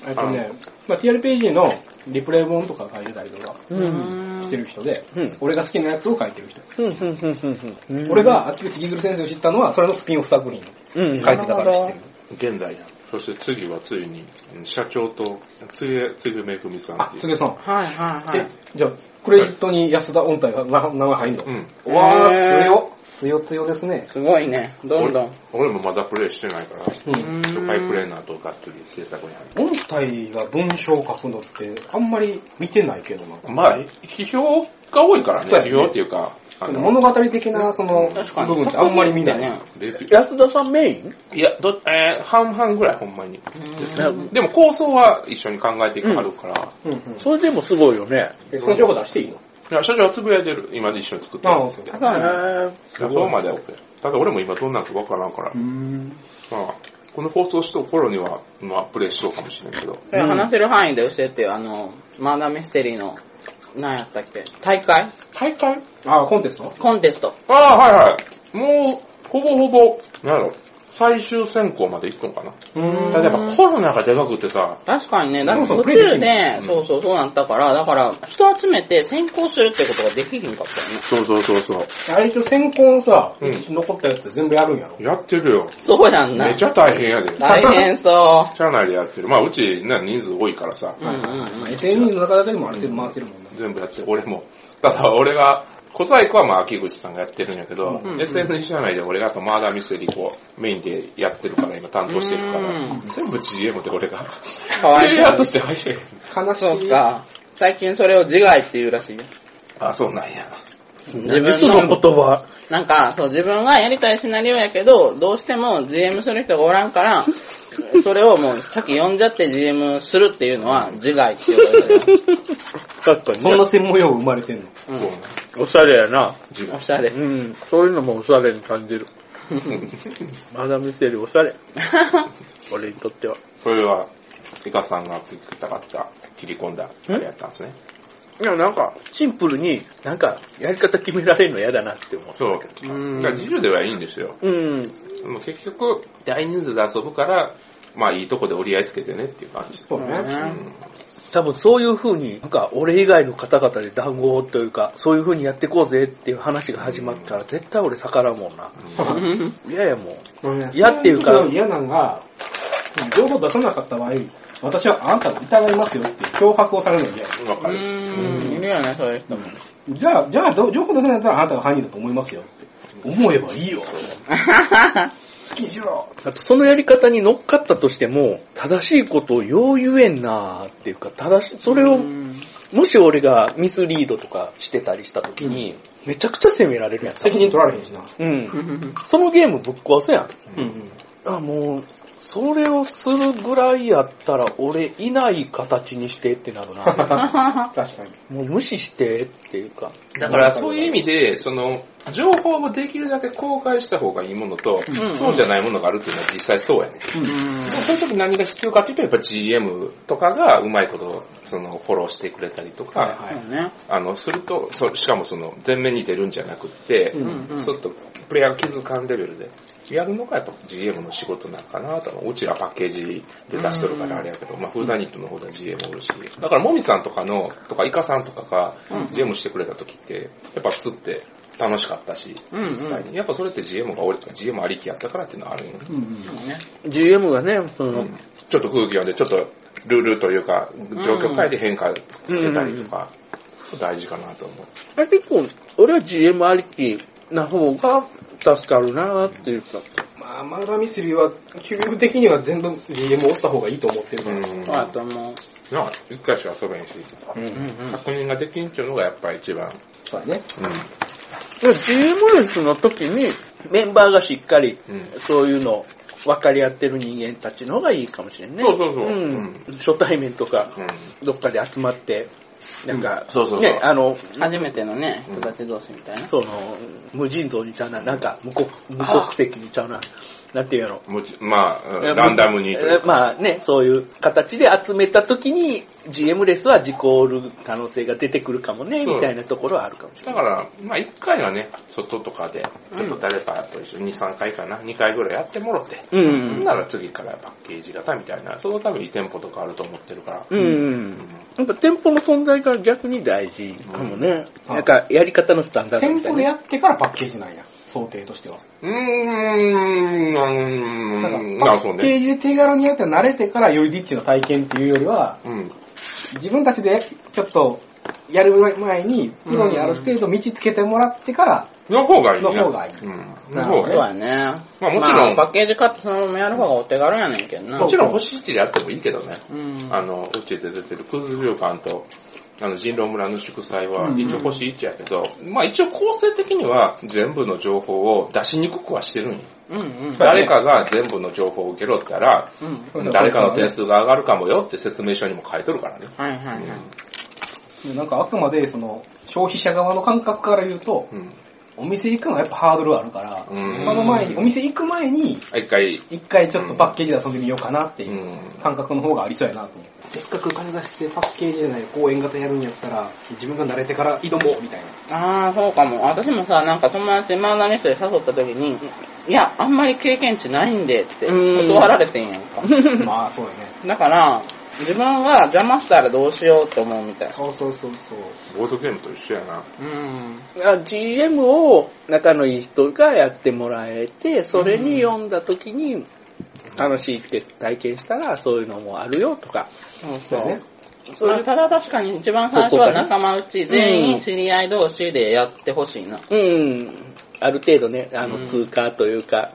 えっとね、まあ、TRPG のリプレイ本とか書いてたりとか
うん。う、
うんん
してる人で、
うん
俺が好きなやつを書いてる人。
うん、うん、うん。
俺、が秋口ギグル先生を知ったのは、それのスピンオフ作品書
うん。
いてたから知ってる。
現代や。そして次はついに、うん社長と、つげ、つげめぐみさんっ
あ、
てい
杉
う。
江さん。
はいはいは
え
い。、
じゃあ、クレジットに安田音体がな名前入んの
うん。
うわー、
へー
強。強強ですね。
すごいね。どんどん。
俺俺もまだプレイしてないから、
うん。
初回プレイナーとがっつり制作に入る。
音体が文章を書くのって、あんまり見てないけどな。
まあ、批評が多いからね。
そうやね
批評っていうか、あの、
物語的な、その、
確か
部
に。
分ってあんまり見ない。
ね。
レビュー
安田さんメイン
いや、ど、えー、半々ぐらいほんまに。
うん
でも構想は一緒に考えていくはるから、
うんうん
それでもすごいよね。
えその情報出していいの
いや、社長はつぶやいてる。今一緒に作って
あ
る
あ、。そう。
あ、そう
へ
ね。
ー
そうそうまでは OK。ただ俺も今どんなんかわからんから、
ん。
まあ、この放送しとう頃には、まあ、プレイしとうかもしれんけど。
それ話せる範囲で教えてよ。あの、マーダーミステリーの、何やったっけ大会
大会
ああ、コンテスト
コンテスト。
ああ、はいはい。もう、ほぼほぼ、なんやろ、最終選考まで行くのかな。
うん
ただやっぱコロナがでかくてさ、
確かにね、だから
そうそう
途中で、そうそうそうなったから、だから、人集めて先行するってことができひんかったよね。
そうそうそうそう。
あれ一応先行のさ、
うん
残ったやつ全部やるんやろ。
やってるよ。
そうやんな。
めっちゃ大変やで。
大変そ
社内でやってる。まあ、うち、な、人数多いからさ、
う。うんうんうん。
SNE の中だけでもある程度回せるもんな。
全部やってる。俺も。ただ、 俺が、小細工はまあ、秋口さんがやってるんやけど、
うん
SNS 社内で俺があとマーダーミステリーこう、メインでやってるから、今担当してるか
う
ら
ん、
全部 GM で俺が、
か
プ
わい
レイヤー
そ
と
う。
して入れへん。
悲し
そう
い。
か。最近それを自害って言うらしいよ。
あ、そうなんや。
自
自分の言葉。
なんか、そう、自分がやりたいシナリオやけど、どうしても GM する人がおらんから、 それをもう、さっき呼んじゃって GM するっていうのは、自害って言われ てる。
確かに
そん
ね
な。専門用語生まれてんの。
う
そうなん
ん
や。
おしゃれやな。
自
おしゃれ。
うん。そういうのもおしゃれに感 じる。
分。
マダムセリおしゃ れ。俺にとっては。
それは、イカさんが作ったかった、切り込んだ、あれやったんですね。
いや、なんか、シンプルに、なんか、やり方決められるの嫌だなって思う。
そう。
うん
だから自由ではいいんですよ。
うん。
でも結局、大人数で遊ぶから、まあいいとこで折り合いつけてねっていう感じ。
そうね。
うん
多分そういう風に、なんか俺以外の方々で談合というか、そういう風にやってこうぜっていう話が始まったら、絶対俺逆らうもんな。いやいやもう。嫌っていうか
その嫌なのが、情報出さなかった場合、私はあなたを疑いますよっていう脅迫をされるのが嫌。
わかる。
うん、いるよね、そういう人も。
じゃあ、じゃあ、ど情報出さないんだったらあなたが犯人だと思いますよって。思えばいいよ。好きにしろ。
あとそのやり方に乗っかったとしても、正しいことをよう言えんなーっていうか、正し、それ を、
うん
もし俺がミスリードとかしてたりした時に、めちゃくちゃ責められるやん。
責任取られへんしな。
うん。そのゲームぶっ壊すやん。
うん
あ、もう、それをするぐらいやったら俺いない形にしてってなるな。
確かに。
もう無視してっていうか。
だからそういう意味で、その、情報をできるだけ公開した方がいいものと、
ん
そうじゃないものがあるっていうのは実際そうやね。でそういう時何が必要かっていうと、やっぱ GM とかがうまいこと、その、フォローしてくれたりとか、
そうね。
あの、すると、そうしかもその、前面に出るんじゃなくって、
んうん
ちょっと、プレイヤーが気づかんレベルで、やるのがやっぱ GM の仕事なんかなと。うちらパッケージで出しとるからあれやけど、まあ、フーダニットの方では GM おるし、だからもみさんとかの、とかイカさんとかが GM してくれた時って、やっぱ釣って楽しかったし、
うんうん
実際に。やっぱそれって GM が俺とか GM ありきやったからっていうのはあるよね。
そうね。
GM がね、その、
ちょっと空気読んで、ちょっとルールというか、状況変えて変化つけたりとか、大事かなと思う。
あれ結構、俺は GM ありきな方が助かるなーっていうか。
まあ、マーダーミステリーは、究極的には全部 GM を折った方がいいと思ってるから。
うん
そうやと思う。
なあ、一回しか遊べんし、
うんうん。
確認ができんっていうのがやっぱ一番。
そうやね。
いや GM レスの時に、メンバーがしっかり、
うん
そういうの、分かり合ってる人間たちの方がいいかもしれんね。
そうそうそう
うん
う
初対面とか、
う
どっかで集まって、なんか、
そうそうそう
ね、あの、
初めてのね、人たち同士みたいな。
その、無尽蔵にちゃうな、なんか、無国無国籍にちゃうな、なんていうの
もちまあ、うんランダムにとい
え
うか。
まあね、そういう形で集めた時に GM レスは事故る可能性が出てくるかもね、
そう
みたいなところはあるかもしれ
だ
ない。
から、まあ一回はね、外とかで、ちょっと誰かと一緒に2、3回かな、2回ぐらいやってもろて、
うん
そんなら次からパッケージ型みたいな、そのために店舗とかあると思ってるから、
うん。うん。なんか店舗の存在が逆に大事かもね。なんかやり方のスタンダード
店
みたい
舗で
な。
やってからパッケージなんや。想定としては。
うーん、う
なん
ーん、
か
なる
パ
ほど
ッケー
ね。
ジで手軽にやって慣れてからよりリッチな体験っていうよりは、
うん。
自分たちでちょっとやる前に、プロにある程度道つけてもらってから、
の方がいいな。
の方がいい
うん。の
な
方
るほ
そ
ど
う
がいい。
やね。
まあもちろん
まあパッケージ買ってそのままやる方がお手軽やねんけどな。
もちろん星1でやってもいいけどね。
うん。
あの、うちで出てるクズ旅館と、あの、人狼村の祝祭は一応星1やけど、まあ一応構成的には全部の情報を出しにくくはしてるんよ。
うんうん。
誰かが全部の情報を受けろったら、
うん。
誰かの点数が上がるかもよって説明書にも書いとるからね。
はいはいはい。
なんかあくまでその消費者側の感覚から言うと、
うん。
お店行くのはやっぱハードルあるから、
うん
その前に、お店行く前に、
一回、
一回ちょっとパッケージで遊んでみようかなって
う。
いうん感覚の方がありそうやなと思って。せっかく金出してパッケージじゃない公演型やるんやったら、自分が慣れてから挑もうみ たいな。
ああ、そうかも。私もさ、なんか友達マーナリストで誘った時に、いや、あんまり経験値ないんでって
うん
断られてんやんか。
まあそうやね。
だから、自分が邪魔したらどうしようって思うみたい。
そうそうそうそう。
ボードゲームと一緒やな。
うん。
あ GM を仲のいい人がやってもらえて、それに読んだ時に楽しいって体験したらそういうのもあるよとか。
そうそう。
ね
それただ確かに一番最初は仲間内全員知り合い同士でやってほしいな。
うん。ある程度ね、あ
うん
の、通過というか、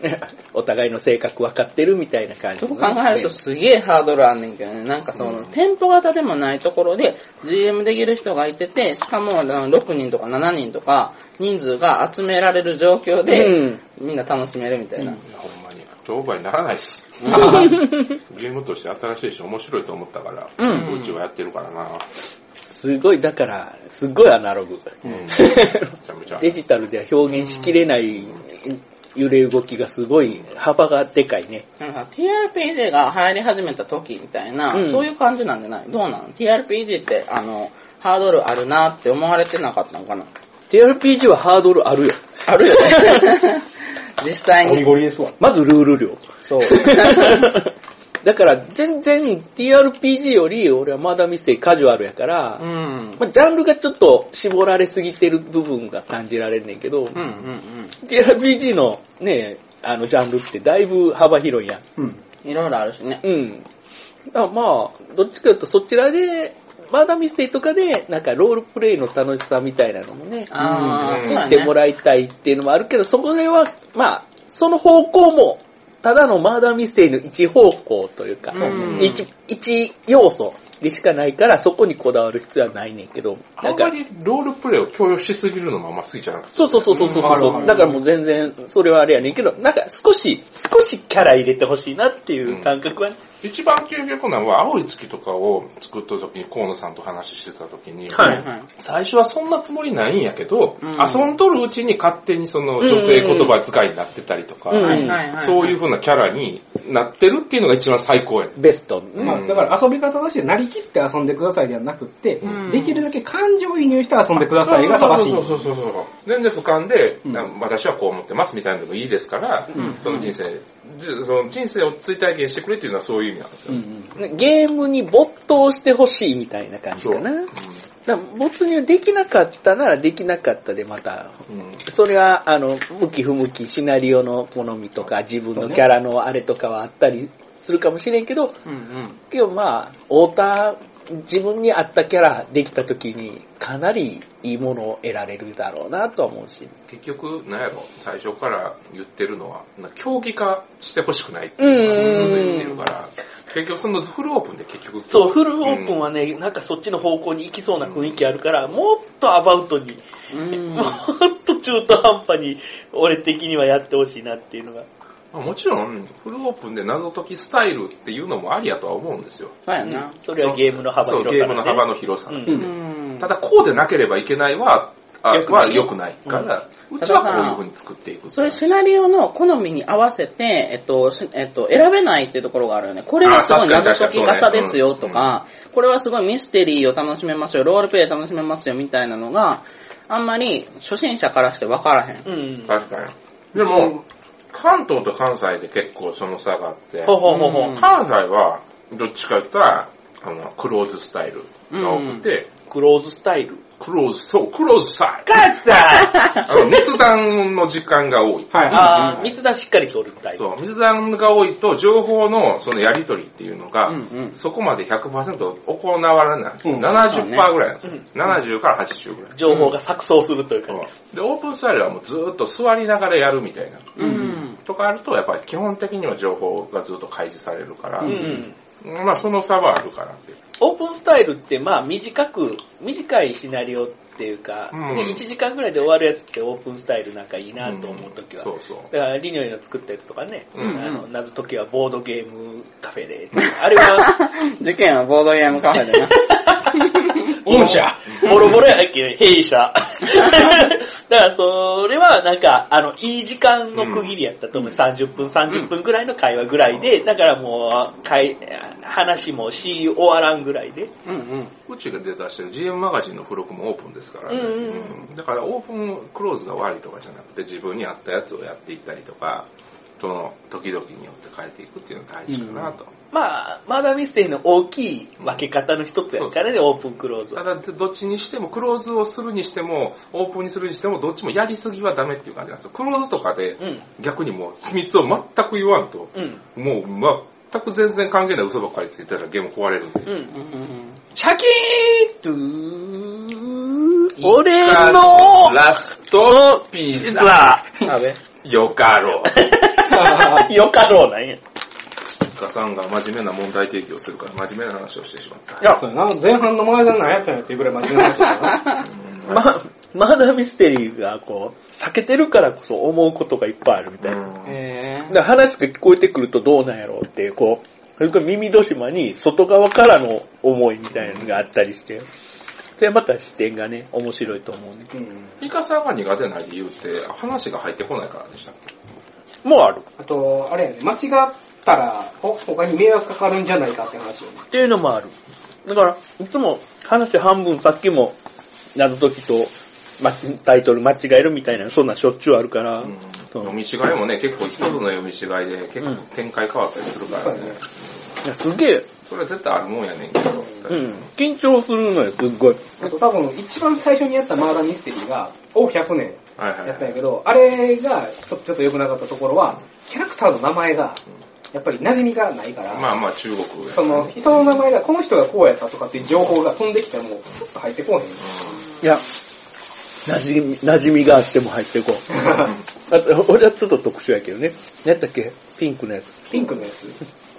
お互いの性格分かってるみたいな感じ
そ
の
う
ね。
考えるとすげえハードルあんねんけどね。なんかその、店舗型でもないところで GM できる人がいてて、しかもあの6人とか7人とか人数が集められる状況で、
うん。
みんな楽しめるみたいな。
ほんまに。商売にならないっす。ゲームとして新しいし面白いと思ったから、
うん
うちはやってるからな。
すごい、だから、すごいアナログ。
うん。めちゃめちゃ。
デジタルでは表現しきれない揺れ動きがすごい幅がでかいね。
なんか TRPG が流行り始めた時みたいな、
うん
そういう感じなんじゃないどうなの ?TRPG って、あの、ハードルあるなって思われてなかったのかな
TRPG はハードルあるよ。
あるよね。実際に。
ゴリですわ。
まずルール量。
そう。
だから、全然 TRPG より俺はまだ店カジュアルやから、
うん。
まあ、ジャンルがちょっと絞られすぎてる部分が感じられんねんけど、
うんうんうん。
TRPG のね、あのジャンルってだいぶ幅広いやん。
うん。
いろいろあるしね。
うん。だからまあ、どっちかというとそちらで、マダミステイとかで、なんかロールプレイの楽しさみたいなのもね、
ああ、そう
知
や
っても
ね。
らいたいっていうのもあるけど、そこでは、まあ、その方向も、ただのマーダーミステリーの一方向というか、
うん
一一要素でしかないから、そこにこだわる必要はないねんけど、
あ
なん
んま
か、
りロールプレイを強要しすぎるのもあんま好きじゃなくて。
そうそうそうそうそう
うんわかる
そ
わか
う、
る
だからもう全然、それはあれやねんけど、なんか少し、少しキャラ入れてほしいなっていう感覚はね、
一番究極なのは、青い月とかを作った時に河野さんと話してた時に、
はい
はい。
最初はそんなつもりないんやけど、
うん
遊んどるうちに勝手にその女性言葉遣いになってたりとか、
うん
はいはいはい。
そういう風なキャラになってるっていうのが一番最高やね。
ベスト。
うん
まあ、だから遊び方としてなりきって遊んでくださいではなくって、
うん
できるだけ感情移入して遊んでくださいが正しい。
そうそうそうそうそう。全然俯瞰で、
うん
な私はこう思ってますみたいなのでもいいですから、その人生、じその人生を追体験してくれっていうのはそういう意味なんですよ。
ゲームに没頭してほしいみたいな感じかな。
そう
だから没入できなかったならできなかったでまた
うんうん
それは、あの、向き不向き、シナリオの好みとか、自分のキャラのあれとかはあったりするかもしれんけど、
うんうん。
けどまあ、太田、自分に合ったキャラできた時に、かなりいいものを得られるだろうなとは思うし。
結局、なんやろ、最初から言ってるのは、な競技化してほしくないって
うん
いうずっと言ってるから、結局そのフルオープンで結局、
そう、フルオープンはね、なんかそっちの方向に行きそうな雰囲気あるから、もっとアバウトに、
うん
もっと中途半端に、俺的にはやってほしいなっていうのが。
まあもちろん、フルオープンで謎解きスタイルっていうのもありやとは思うんですよ。
そうやな。
それはゲームの幅
そう、
広
ゲ
さ
ームの幅
の。
の広さ。
うん
うん
ただ、こうでなければいけないは、あ
よく
ま
な
あ
い
良くないから、うちはこういう風に作っていく。
そういうシナリオの好みに合わせて、えっと、しえっと、選べないっていうところがあるよね。これはすごい
あ
謎
確か
解
に確
き
か
型
にそう
で
ね
すよとか、これはすごいミステリーを楽しめますよ、ロールプレイ楽しめますよみたいなのが、あんまり初心者からして分からへん。
うん。
確かに。でも、関東と関西で結構その差があって、
ほうほうほうほう。
うん
関西はどっちか言ったら、あの、クローズスタイルが多くて、
クローズスタイル。
クローズ、そう、クローズス タイ
勝った
ル。あの、密談の時間が多い。
あー、密談しっかり取るタイプ。
そう、密談が多いと、情報のそのやり取りっていうのが、
うんうん
そこまで100%行われないんですよ。70%ぐらいなんですよ。70から80ぐらい。
情報が錯綜するというか、
そうで、オープンスタイルはもうずーっと座りながらやるみたいな。
うん。
とかあると、やっぱり基本的には情報がずっと開示されるから、
うんうん
まあその差はあるからって。
オープンスタイルって、まあ、短く、短いシナリオっていうか、
うん
ね1時間ぐらいで終わるやつってオープンスタイルなんかいいなと思うときは。
そうそう。
だから、リニョイの作ったやつとかね、
うん
あの謎解きはボードゲームカフェで、あれは、
受験はボードゲームカフェでな。
御社、ボロボロやっけ、弊 社。だから、それはなんか、あの、いい時間の区切りやったと思う。30分、30分ぐらいの会話ぐらいで、だからもう、かい話もし終わらんぐらいで。
うんうん。
うちが出たしてる GM マガジンの付録もオープンですからね、
うんうん
うんだからオープンクローズが悪いとかじゃなくて自分に合ったやつをやっていったりとか、その時々によって変えていくっていうのが大事かなと。
まあ、マーダーミステリーの大きい分け方の一つやからね、オープンクローズ
た
は。
だ、どっちにしても、クローズをするにしても、オープンにするにしても、どっちもやりすぎはダメっていう感じなんですよ。クローズとかで
う、ん。
逆にもう秘密を全く言わんと、
うん。
もう全く全然関係ない嘘ばっかりついてたらゲーム壊れるんで。
うん。
うん
シャキーンと俺
あ
の
ラストピ
実
ザ。
は、
食べ。
よかろう。
よかろうなんや。
ガさんが真面目な問題提起をするから真面目な話をしてしま った。
や、そうやな。前半の前田何やったんやっていうぐらい真面目な話だ な。
ま、マーダーミステリーがこう、避けてるからこそ思うことがいっぱいあるみたいな。
うん
へ
だから話が聞こえてくるとどうなんやろうっていう、こう、それから耳戸島に外側からの思いみたいなのがあったりして、それはまた視点がね、面白いと思うんで。
イカさんが苦手な理由って話が入ってこないからでしたっけ
もうある。
あと、あれやね、間違ったら、ほ他に迷惑かかるんじゃないかって話よね。
っていうのもある。だから、いつも話半分、さっきも謎解きとまタイトル間違えるみたいな、そんなんしょっちゅうあるから、そう
読み違いもね、結構一つの読み違いで結構展開変わったりするからね。
いやすげえ、
それは絶対あるもんやねんけど。
うん、緊張するのよ、すっごい。
あと多分、一番最初にやったマーダーミステリーが、お100年
はいはい
やったん
は
や
い。
けど、あれがちょっとちょっと良くなかったところは、キャラクターの名前が、やっぱり馴染みがないから、
まあまあ中国やね
その人の名前が、この人がこうやったとかっていう情報が飛んできても、スッと入ってこうへん。
いや、馴染み、馴染みがあっても入ってこう。 あと、俺はちょっと特殊やけどね。何やったっけピンクのやつ。
ピンクのやつ。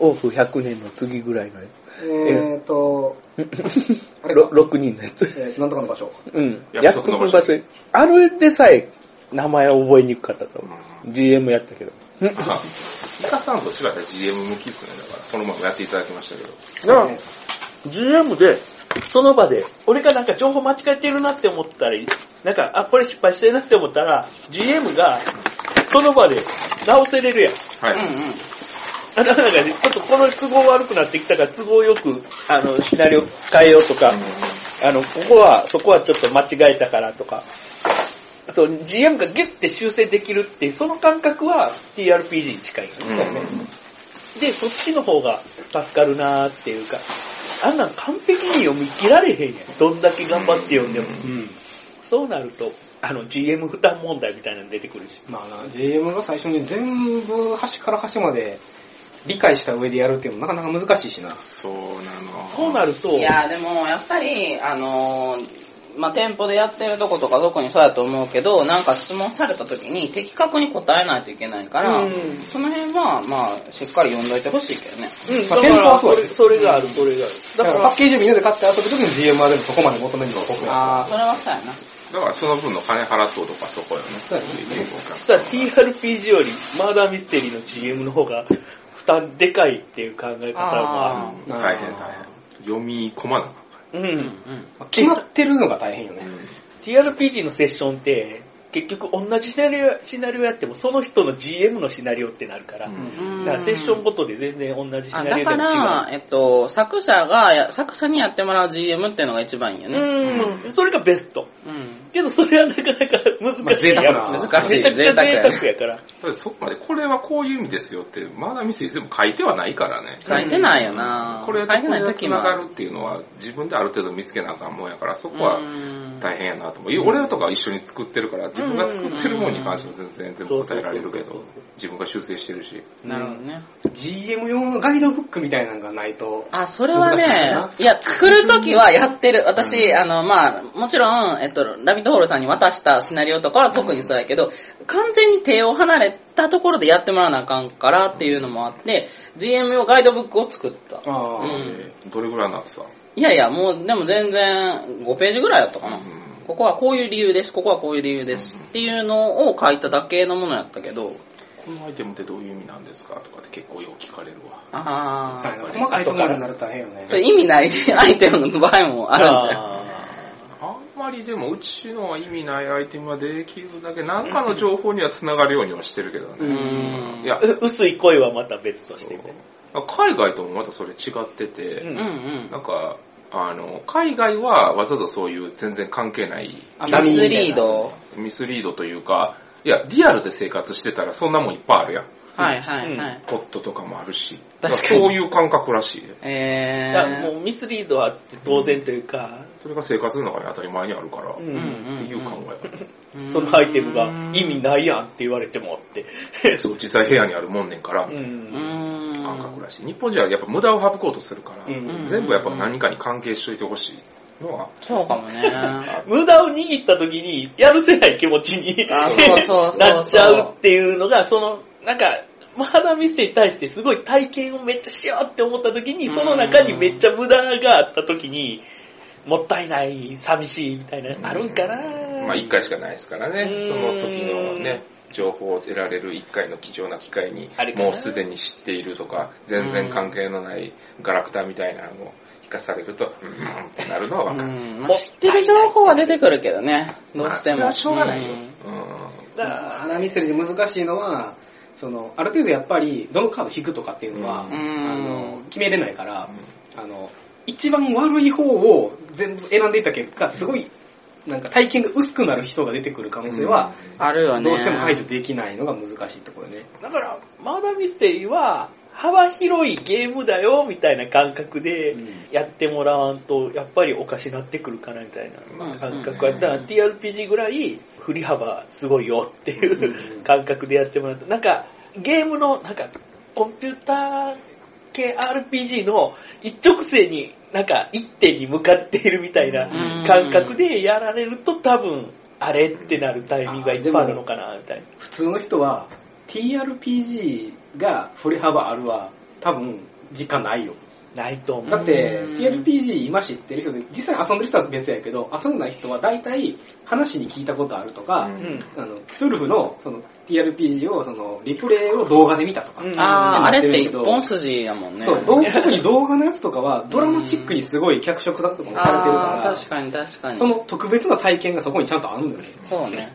オフ100年の次ぐらいのや
えー と、あ
つ。
れ
ろ
か、
6人のやつ。
えーなんとかの場所。
うん。
約
約
束
束
の場所
の場所に。あれでさえ、名前を覚えにくかったと思う。GM やったけど。
イカさんと違ったら GM 向きっすね。だから、このままやっていただきましたけど。
だから、GM で、その場で、俺がなんか情報間違えてるなって思ったり、なんか、あ、これ失敗してるなって思ったら、GM が、その場で直せれるやん。
はい。
あなんかね、ちょっとこの都合悪くなってきたから、都合よく、あの、シナリオ変えようとか、あの、ここは、そこはちょっと間違えたからとか、そう、GM がギュッて修正できるっていう、その感覚は TRPG に近いんですよね。で、そっちの方が助かるなーっていうか、あんなん完璧に読み切られへんやん。どんだけ頑張って読んでも。そうなると、あの、GM 負担問題みたいなの出てくるし。
まあな、GM が最初に全部端から端まで理解した上でやるっていうのもなかなか難しいしな。
そうなの。
そうなると、
いやーでもやっぱりあのーまあ、店舗でやってるとことか特にそうやと思うけど、なんか質問された時に的確に答えないといけないから、
うん
その辺は、まあ、しっかり読んどいてほしいけどね。
うん、だ
まあ
か
店舗
ら
はそ
そうれ、
だ
それがある、それがある。
だからパッケージをみんなで買って遊ぶときに GM はでもそこまで求めるのは僕ら。
ああ、それはそうやな。
だからその分の金払そうとかそこよね。
実は TRPG よりマーダーミステリーの GM の方が負担でかいっていう考え方があ
あ
うん大変大変。読み込まなあか
る。うん。
うん。
決まってるのが大変よね。
TRPG のセッションって、結局同じシナリオシナリオやっても、その人の GM のシナリオってなるから、だからセッションごとで全然同じシナ
あ
リオ
だ
で
か
も違う
ら、。えっと、作者がや、作者にやってもらう GM っていうのが一番いいよね。
うん、それがベスト。
うん。
けどそれはなかなか難しいや
ま
つ。
あ
贅沢な
めちゃくちゃ贅
贅
沢やから。
ただそこまで、これはこういう意味ですよって、まだミス全部書いてはないからね。
書いてないよな
これ
書
と
いて
こ
な
れ
い
が
時
繋
もあ
が
る。
るっていうのは、自分である程度見つけなあかんもんやから、そこ
う
は
ん
大変やなと思う。俺とか一緒に作ってるから、自分が作ってるもんに関しては全然全部答えられるけど、自分が修正してるし。
なるほどね。
GM 用のガイドブックみたいなのがないと。
あ、それは
難しい
ね
な、
いや、作るときはやってる。私、あの、まあ、もちろん、えっと、ラビットホールさんに渡したシナリオとかは特にそうやけど、完全に手を離れたところでやってもらわなあかんからっていうのもあって、GM 用ガイドブックを作った。
ああ、
うん。
どれぐらいなってさ、
いやいや、もう、でも全然5ページぐらいだったかな。
うん
ここはこういう理由です、ここはこういう理由ですっていうのを書いただけのものやったけど、
このアイテムってどういう意味なんですかとかって結構よく聞かれるわ。
あー、
細かいところになると大変よね。
それ意味ない アイテムの場合もあるんじゃん。
あんまりでもうちのは意味ないアイテムはできるだけ何かの情報には繋がるようにはしてるけど
う
ね。
ん
い。や、
う薄い恋はまた別としてみたいな。
海外ともまたそれ違ってて、
うん
うんうん。
なんか、あの、海外はわざとそういう全然関係ない
あミスリード。
ミスリードというか、いや、リアルで生活してたらそんなもんいっぱいあるやん。
はいはいはい。
ポットとかもあるし。
確
だ
かに
らそういう感覚らしいで。
え
だから
ー。
もうミスリードはあって当然というか、
それが生活の中に当たり前にあるから、
うん
っていう考
うん
そのアイテムが意味ないやんって言われてもって。
え。そう、実際部屋にあるもんねんから、
うん
うん
感覚らしい。日本人はやっぱ無駄を省こうとするから、
うん
全部やっぱ何かに関係しといてほしいのは、
そうかもね。
無駄を握った時に、やるせない気持ち に
あ そうそうそうそう
なっちゃうっていうのが、その、なんか、マーダーミステに対してすごい体験をめっちゃしようって思った時に、その中にめっちゃ無駄があった時に、もったいない、寂しいみたいな、あるんかな
まあ一回しかないですからね
う、ん
その時のね、情報を得られる一回の貴重な機会に
あれ、かな
もうすでに知っているとか、全然関係のないガラクタみたいなのを聞かされると、うーんってなるのはわ
う
かる。
ん。まあ知ってる情報は出てくるけどね。どうしても。
まあそれはしょうがないよ。
ん
う
だから
花見せるで難しいのは、その、ある程度やっぱり、どのカード引くとかっていうのは、
ん
あの、決めれないから、あの、一番悪い方を全部選んでいった結果、すごい、なんか体験が薄くなる人が出てくる可能性は、
あるよね。
どうしても排除できないのが難しいところね。
だから、マーダーミステリーは、幅広いゲームだよ、みたいな感覚で
うん、
やってもらわんと、やっぱりおかしなってくるかな、みたい
ま
な
あ
感覚やったら、TRPG ぐらい、振り幅すごいよっていう感覚でやってもらった。なんか、ゲームの、なんか、コンピューター系 RPG の一直線に、なんか、一点に向かっているみたいな
うん
感覚でやられると、多分、あれってなるタイミングがいっぱいあるのかな、みたいな。
普通の人は、TRPG が振り幅あるは、多分、時間ないよ。
ないと思う。
だって、
うん
TRPG 今知ってる人で、実際遊んでる人は別やけど、遊んでない人は大体話に聞いたことあるとか、
ん
うん
あの、クトゥルフの、その、TRPG を、その、リプレイを動画で見たとか。
あー、あれって一
うん
本筋やもんね。
そう、動特に動画のやつとかは、ドラマチックにすごい脚色だとかもされてる
あー
か、
確かに確からに。
その特別な体験がそこにちゃんとあるんだよね。
そうね。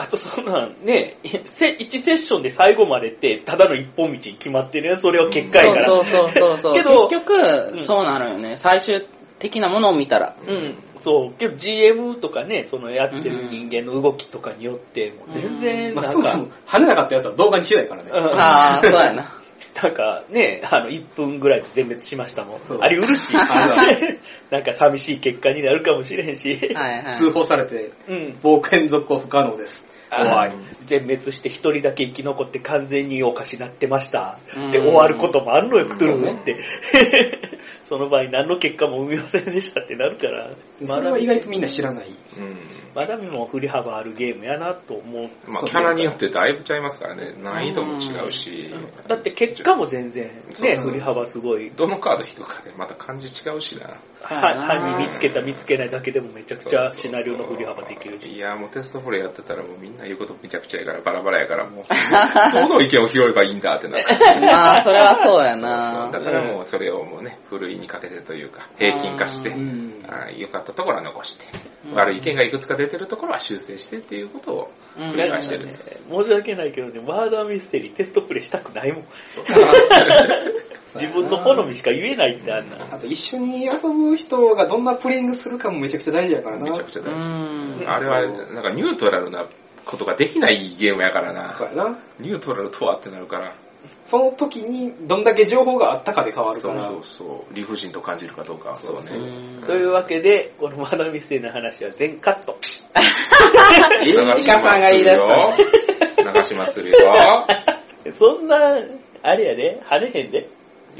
あとそんなんね、せ1セッションで最後までって、ただの一本道に決まってるよそれは結果やから。
そうそうそうそう。
けど
結
う
局、
ん
そうなるよね。最終的なものを見たら。
うん、そう。けど GM とかね、そのやってる人間の動きとかによって、もう全然
まあ、
な
そ
ん
も
か、
そも跳ねなかったやつは動画にしてないからね。
うん
ああ、そうやな。
なんかね、あの、1分ぐらいで全滅しましたもん
そう。
ありうるし、
あるあ
なんか寂しい結果になるかもしれんし、
はいはい。
通報されて、
うん。
冒険続行不可能です。終わり。
全滅して一人だけ生き残って完全におかしなってました。
うん
で、終わることもあるのよ、クトゥルフって。 その場合何の結果も生みませんでしたってなるから。
それは意外とみんな知らない。
うん
まだ見も振り幅あるゲームやなと思う。
まあキャラによってだいぶちゃいますからね、難易度も違うし、
だって結果も全然、
そう
ね、
そう
振り幅すごい。
どのカード引くかでまた感じ違うしな。
そうや
は
な
犯人見つけた見つけないだけでもめちゃくちゃシナリオの振り幅でき
そうそ
る
うそう
し。
いや、もうテストフォレやってたらもうみんな言うことめちゃくちゃやからバラバラやからもう、どの意見を拾えばいいんだってなる。
まあ、それはそうや
そう
な
だ。からもうそれをもうね、古いにかけてというか、平均化して
あ、
あ良かったところは残して、悪い意見がいくつか出てるところは修正してっていうことを
うん
繰
だ
り返
から
してるん
ね、
です。
申し訳ないけどね、ワーダーミステリーテストプレイしたく ないもん。自分の好みしか言えないってあんな。
あと一緒に遊ぶ人がどんなプレイングするかもめちゃくちゃ大事やからな。
めちゃくちゃ
う
大事。
ん。
あれは、なんかニュートラルなことができないゲームやからな。
そうやな。
ニュートラルとはってなるから。
その時にどんだけ情報があったかで変わるか
そう
ら。
そうそう。理不尽と感じるかどうかはそうね。
うん
というわけで、このワーダーミステリーの話は全カット。
流します
カさんが言い出し
よ。流しまするよ。
そんな、あれやで、跳ねへんで。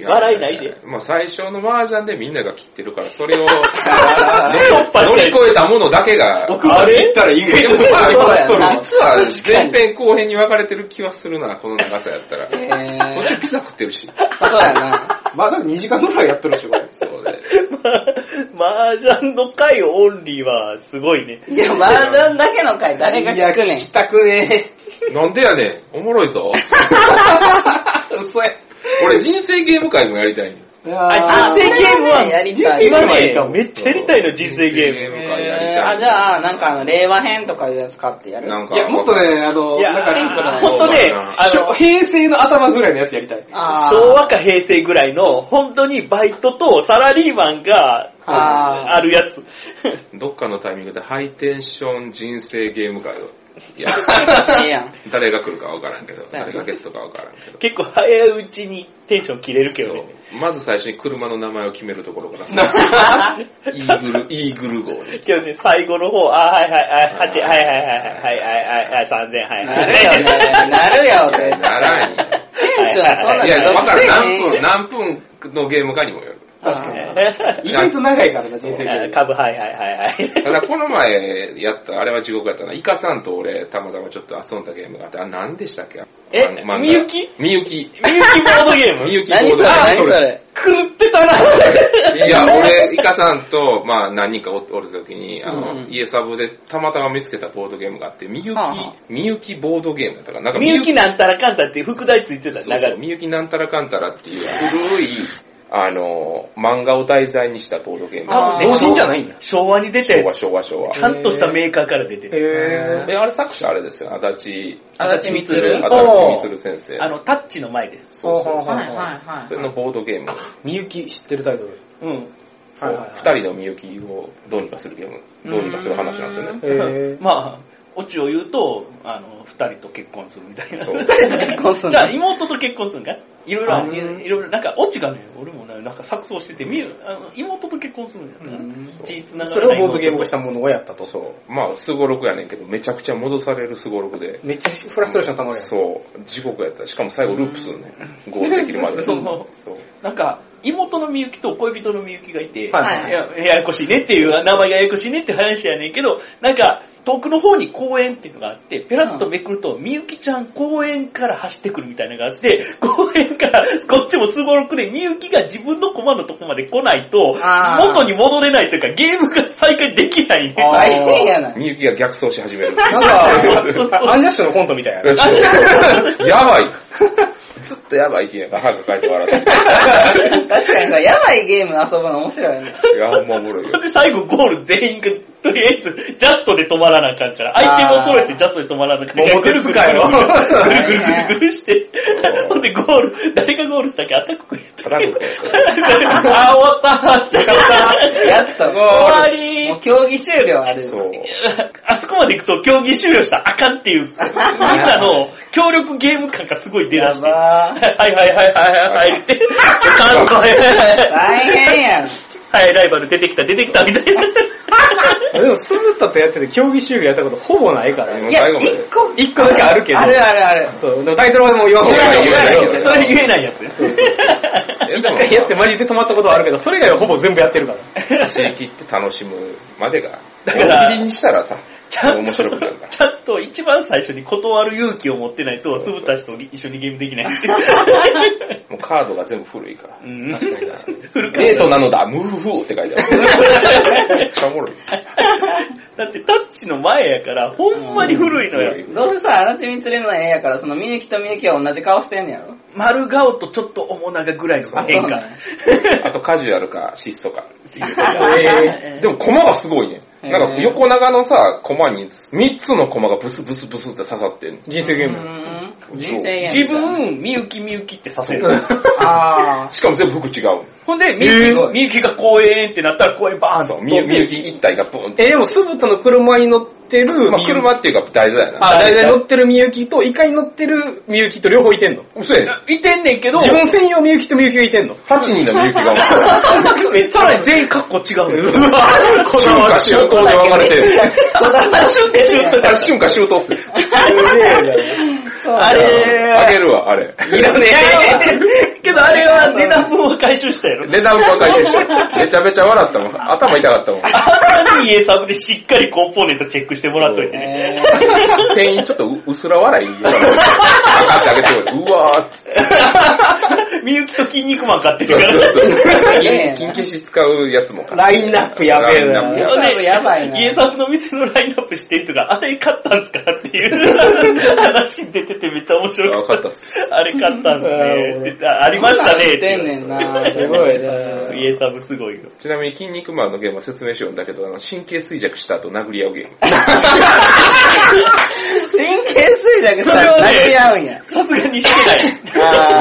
笑いないで。
もう最初の麻雀でみんなが切ってるから、それを
突破
乗り
して
越えたものだけが、
僕が言ったら意 味
でもまあ
そうやな
実は前編後編に分かれてる気はするな、この長さやったら。
え
途
ー
中ピザ食ってるし。
そうやな。
まあだ2時間ぐらいやってるでしょ、これ。
そうで。
麻雀の回オンリーはすごいね。
いや、麻雀だけの回誰が聞くねん。
たくね
なんでやねん、おもろいぞ。
え。嘘や。
俺人生ゲーム会もやりたいんよ
あ、人生ゲームは、
やりたい。
今ね、めっちゃやりたいの、人生ゲーム。
ム会やりたいん
え
よ
ー、。あ、じゃあ、なんかあの、令和編とかいうやつ買ってやる
なんか、
いや、もっとね、あの、
いや、
なんか、
ほんとね、あの、
平成の頭ぐらいのやつやりたい。
あー
昭和か平成ぐらいの、本当にバイトとサラリーマンが、
あー
あるやつ。
どっかのタイミングでハイテンション人生ゲーム会を。いや、
いいやん。
誰が来るかわからんけど、
そうやな
誰がゲストかわからんけど。
結構早いうちにテンション切れるけどね。
そうまず最初に車の名前を決めるところからさ、 イーグル、イーグル号で。
けどね、最後の方、あ、はいはい、はい、8、はいはいはい、はい、はい、はい、はい、3000、はい、
なるよね。なるよって。
ならんよ。
テンションそんない
や、わからん。
分。
何分、何分のゲームかにもよる。
確かに。意外と長いからな、人生ゲーム。
株、はいはいはいはい。
ただ、この前やった、あれは地獄やったな。イカさんと俺、たまたまちょっと遊んだゲームがあって、あ、何でしたっけ
え
漫画
みゆき
みゆき。
ミューキーボードゲーム
み ゆき
何それ
あ
何それ
狂ってたな。
いや、俺、イカさんと、まあ、何人かおおるときに、あ
うん
の、
うん
家サブでたまたま見つけたボードゲームがあって、みゆき
はあはあ、
みゆきボードゲームやったから、なんか
みゆきなんたらかんたって副題ついてた、
そうそう、
長
みゆきなんたらかんたらっていう古い、あの、漫画を題材にしたボードゲーム。
あー
昭
老人
じゃないんだ。
昭和に出て
和、、昭和、昭和。
ちゃんとしたメーカーから出てる。
へ
え、あれ作者あれですよ、足立、
足立みつる。
足立みつる先生。
あの、タッチの前です。
そうそう
はいはいはい。
それのボードゲーム。
みゆき知ってるタイトル。
うん。
そう二人のみゆきをどうにかするゲーム、どうにかする話なんですよね。
へ
まあ、オチを言うと、あの、二人と結婚するみたいな。
そう
二人と
結婚すんの
じゃあ、妹と結婚するんかいいろいろある、
うん
いろいろ、なんか、オチがね、俺もね、なんか錯綜してて、みゆ、あの、妹と結婚するんやったな。血繋がらない
それをボードゲーム化したものをやったと。
そう。まあ、すごろくやねんけど、めちゃくちゃ戻されるすごろくで。
めっちゃフラストレーション溜まるやん。
そう。地獄やった。しかも最後ループするね。ゴールできるまで。
その
そう。
なんか、妹のみゆきと恋人のみゆきがいて、
はい
はい
やややこしいねっていう、名前がややこしいねって話やねんけど、なんか、遠くの方に公園っていうのがあって、ペラッとめくると、みゆきちゃん公園から走ってくるみたいなのがあって、公園から、こっちもすごろくで、みゆきが自分の駒のとこまで来ないと、
あー
元に戻れないというか、ゲームが再開できないね。
大変やな。
みゆきが逆走し始める。
なん か、アンジャッシュのコントみたいやな。
そうやばい。ずっとやばいって言うんやから、歯抱えて笑って。
確かにさ、やばいゲーム遊ぶの面白いね。
いや、ほんまおもろいよ。
で、最後ゴール全員が、とりあえず、ジャストで止まらなあかんから、アイテムを揃えてジャストで止まらなあかんから、
あー
ぐるぐるぐるぐるぐるぐるぐるぐるぐるして、ほんでゴール、誰がゴールしたっけアタックやった
ただのこ
あー、終わった終
やっと、
わ
も
り
う競技終了あ
う
る。
そう。
あそこまで行くと競技終了したらあかんっていう、みんなの協力ゲーム感がすごい出だ
や
して。はい
ばー。
はいはいはいはいはいって、かっこいい。
大変やん。
はい、ライバル出てきた出てきたみたいな。
でも、スムッタとやってて競技終了やったことほぼないから
も
ね。
う
いや
最後、ま
一
で。
個、
一個だけあるけど
あ。るあるある。
そう、でもタイトルはもう言わんほうがいい。
それ言えないやつ。
え
一
でも
回やってマジで止まったことはあるけど、それ以外はほぼ全部やってるから。
走り切って楽しむまでが、
だから
大喜利にしたらさ、
ちゃん
面
と、
白くなるから。
ちゃんと一番最初に断る勇気を持ってないと、鈴田氏と一緒にゲームできない。
もうカードが全部古いから。
うん。
確かに確かに。
デートなのだ、ムフフって書いてある。めっちゃお もろい。
だってタッチの前やから、ほんまに古いのよ。
どうせさ、あのちみつれるのはええやから、そのみゆきとみゆきは同じ顔してんねやろ。
丸顔とちょっと面長ぐらいの変化。
あとカジュアルか、質素か。
え
でも駒がすごいね。
へー
なんか横長のさ、駒に3つの駒がブスブスブスって刺さってんの
人生ゲーム。
ーん。人生ゲーム。
自分、みゆきみゆきってさせる。
ああ。
しかも全部服違う。
ほんで、みゆき、みゆきが公園ってなったら公園バーンと
そう、みゆみゆき一体がブーンって。
え、でも、酢豚の車に乗ってる、
まあ、車っていうか大座やな。
あ、大体乗ってるみゆきと、イカに乗ってるみゆきと両方いてんの。
嘘やね。
いてんねんけど、
自分専用みゆきとみゆきがいてんの。
8人のみゆき がおる。
さらに全員カッコ違う。うわ
春夏秋冬で分かれてる。
シュッと
あれ春夏秋冬っすよ。
あれ
あげるわ、あれ。
いらねえ。けどあれは値段分は回収したや ろ。
値段ばかりでしょ。めちゃめちゃ笑ったもん。頭痛かったもん。
あんなに家サブでしっかりコンポーネントチェックしてもらっといてね。
店員ちょっとううすら笑い言うから。あってあげてくれうわーって。
みゆきと筋肉マン買って
そ
る
う
か
そうそ
ら。
う。
ええ
金金消し使うやつも買っ
ラインナップやべえ
ラインナップ
な。
やばいやばいな。
家サブの店のラインナップしてる人が、あれ買ったんすかっていう 話に出ててめっちゃ面白
た。
か
分
った
かったっす。
あれ買ったんすねって。あありましたね
言ってんねんな。す
ごい
ね。
家サブすごいよ。
ちなみに、筋肉マンのゲームは説明しようんだけど、あの、神経衰弱した後殴り合うゲーム。
神経衰弱したら殴り合うんや。
さすがに してない。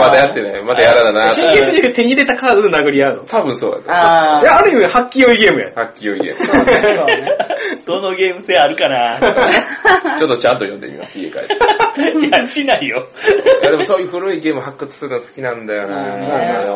まだやってない。まだやらだな。
神経衰弱手に入れたカードで殴り合うの。
多分そうだね。
あ
い
あ。
や、ある意味、発揮良いゲームや。
さっきよりゲーム。
そうね。
そのゲーム性あるか な
ちょっとちゃんと読んでみます、家帰って。
いや、しないよ。
いやでもそういう古いゲーム発掘するの好きなんだよ
うん
な。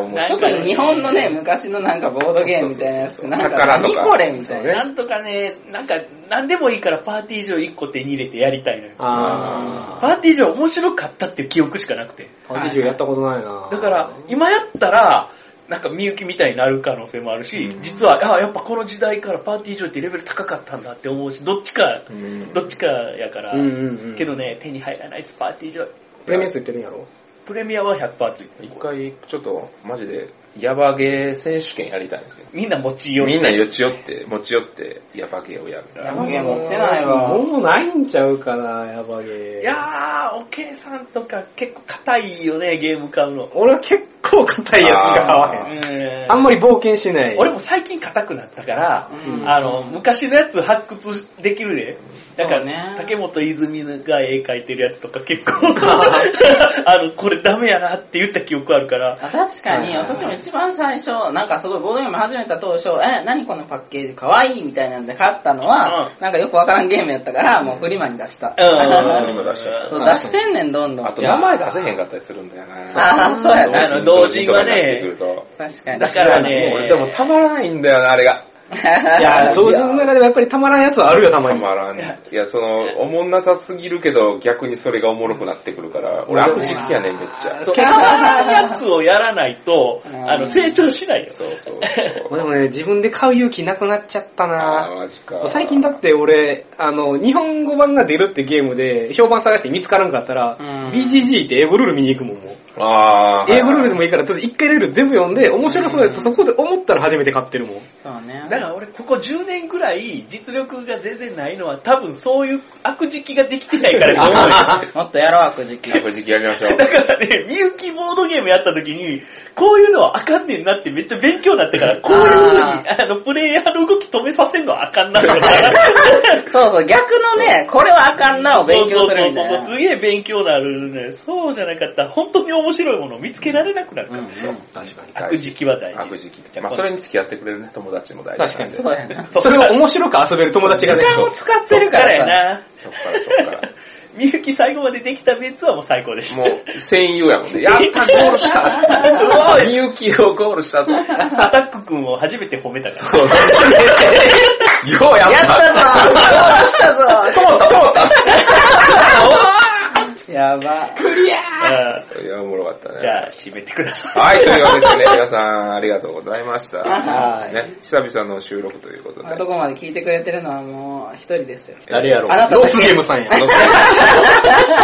面白い
特に日本のね、昔のなんかボードゲームみたいなやつ、 なんか
宝と
何
か
これみたいな。
なんとかね、なんか、なんでもいいからパーティー上1個手に入れてやりたいのよ。
あ
パーティー上面白かったっていう記憶しかなくて。
ー。パンティ中やったことないな。
だから、今やったら、なんかみゆきみたいになる可能性もあるし、
うん
実は、あやっぱこの時代からパーティー上ってレベル高かったんだって思うし、どっちか、
うん
どっちかやから、
うんうんうん。
けどね、手に入らないです、パーティー上。
プレミアついてるんやろ
プレミアは100%ついてる
一回、ちょっと、マジで、ヤバゲー選手権やりたいんですけど。
みんな持ち寄
み
り
んな持ち寄って、持ち寄って、ヤバゲーをやる。
ヤバゲー持ってないわ。
もうないんちゃうかな、ヤバゲー。
いやー、おけいさんとか結構硬いよね、ゲーム買うの。
俺は結構硬いやつしか買わへん。
うん
あんまり冒険しない。
俺も最近硬くなったから、
うん
あの、昔のやつ発掘できるで。だから、
そうね
竹本泉が絵描いてるやつとか結構、 あの、これダメやなって言った記憶あるから、
あ確かに、私も一番最初、なんかすごいボードゲーム始めた当初、え、何このパッケージかわいいみたいなんで買ったのは、なんかよくわからんゲームやったから、もうフリマに出した。
ん
うん
出しちゃ
そう出してんねん、どんどん。
あと、名前出せへんかったりするんだよな。
ああ、そうやな。
あの同人はね
同人とかになってくる
確か
だ
に。
からね
と。、俺でもたまらないんだよな、あれが。
いや、同時の中でもやっぱりたまらんやつはあるよ、たま
た
に。
まらん。いや、その、おもんなさすぎるけど、逆にそれがおもろくなってくるから、俺悪事気やねん、めっちゃ。
キャラのやつをやらないと、
うん
あの、成長しないよ。
そう そうそう。
もうでもね、自分で買う勇気なくなっちゃった
あ
な
ーマジか。
最近だって俺、あの、日本語版が出るってゲームで、評判探して見つからんかったら、
うん
BGG って英語ルール見に行くもん、もう。
あー
英語ルールでもいいから、とりあえず一回ルール全部読んで、面白そうやとそこで思ったら初めて買ってるもん。
そうね。
だから俺、ここ10年ぐらい実力が全然ないのは、多分そういう悪事気ができてないからだと 思うよ。
もっとやろう、悪事記。
悪事気やりましょ う。
だからね、みゆきボードゲームやった時に、こういうのはあかんねんなってめっちゃ勉強になってから、こういう風に、あの、プレイヤーの動き止めさせんのはあかんなとか。
そうそう、逆のね、これはあかんなを 勉強するみたいな
そうそうそう。すげえ勉強になるね。そうじゃなかったら、本当に面白いものを見つけられなくなる
うん
か
う
ら。
ん
確かに。
悪事気は大事。
悪事気。まあ、それに付き合ってくれるね、友達も大事。
確かに
そうやな。
そう
それを面白く遊べる友達がね
時、間を使ってる
だ
か
から
らさ。
やな。
そっからそっから。
みゆき最後までできたメンツはもう最高でした。
もう、戦友やもん ね。やった、ゴール したみゆきをゴー ルしたと。
アタック君を初めて褒めたから。
そうようやった
やったぞ ゴールしたぞ
通った通 っ
やば。
うん
たいや、おもろかったね。
じゃあ、締めてください。
はい、というわけでね、皆さんありがとうございました。
はい
ね、久々の収録ということで。
どこまで聞いてくれてるのはもう一人ですよ。
誰やろ
あなた
ロ
だ
ス
け
ゲームさんや。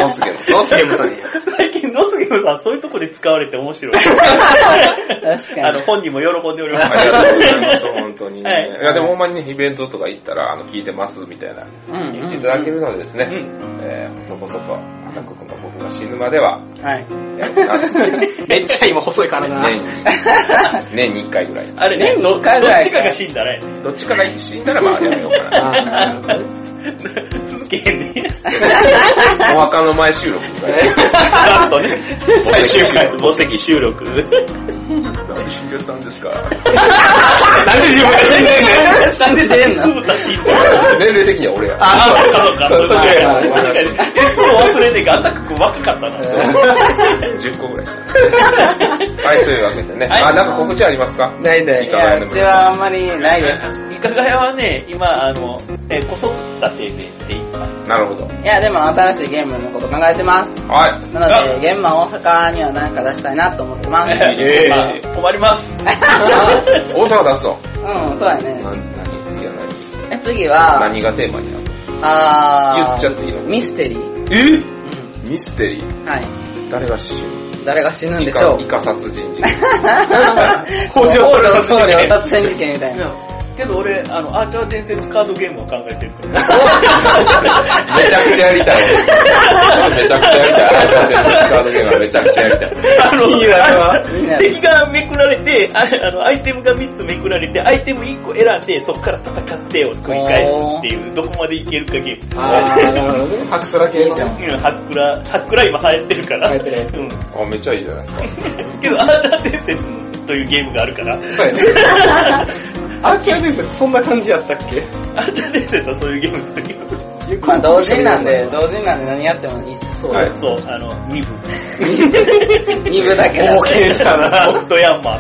ノスケム。ノスケム。
ロスゲームさんや。
最近、野杉さん、そういうとこで使われて面白い。
確か
あの、
に。
本人も喜んでおり ます。
ありがとうございます、本当に、ね
はい
い。や、でもほんまにね、イベントとか行ったら、あの、聞いてます、みたいな、
うん
言っていただけるのでですね、
ん
えー、細々と、パタク君が僕が死ぬま では、
はい。
やろうかなって
めっちゃ今細いからな。
年に、年に1回ぐらい。
あれね、
年
ど
六
っ
回ぐらいか
ちかが死んだら、
どっちから死んだら、まあ、やめようかな。
あー
続けへんね。
お墓の前収録ぐらい。
ラストね。最終回、墓石収録。
なんで死んじゃったんですか
なんで自分が死んでんねん。
なんで出んの
つぶた死んだ。
年齢的には俺や。
あ、そうかそうか。
そう年上や
な
確かに。いつも忘れてんが、あんたく君若かったな。
10個ぐらいした。はい、というわけでね。あ、なんか告知ありますか
ないないい。
い
かが
や、
やの
うちはあんまりないです。
いかがやはね、今、あの、え、こそった定年って言った。
なるほど。
いや、でも新しいゲームのこと考えてます。
はい。
なので、ゲームは大阪には何か出したいなと思ってます。
えー
まあ止まります。
大阪出すと。
うん、そうやね。
な何次は何
え次は、
何がテーマになる
あー、
言っちゃっていいの
ミステリー。
え
う
ミステリー。
ん。はい。
誰が死ぬ
誰が死ぬん
イ
でしょ
カ
う
イ。カ殺人事件。
北条棟梁殺人事件みたいな。
けど俺、あの、アーチャー伝説カードゲームを考えてるから。
めちゃくちゃやりたい。めちゃくちゃやりたい。あちゃんカードゲームはめちゃくちゃやりたい。
あの、
みんな
敵がめくられて、ああの、アイテムが3つめくられて、アイテム1個選んで、そこから戦ってを繰り返すっていう、どこまでいけるかゲーム。
あー、なるほどね。
白空系の。
うん、ハックラ、ハックラ今流行ってるから。
流行ってる
うん。
あ、めっちゃいいじゃないですか。
けど、アーチャー伝説というゲームがあるから、
そうやね。
アーキア伝説そんな感じやったっけ
アーチャー伝説はそういうゲームだけど、
まあ、同人なんで、同人なんで何やってもいいっす。
はい、そう、あの、2部。
二部だけだ。
したな。オクトヤンマ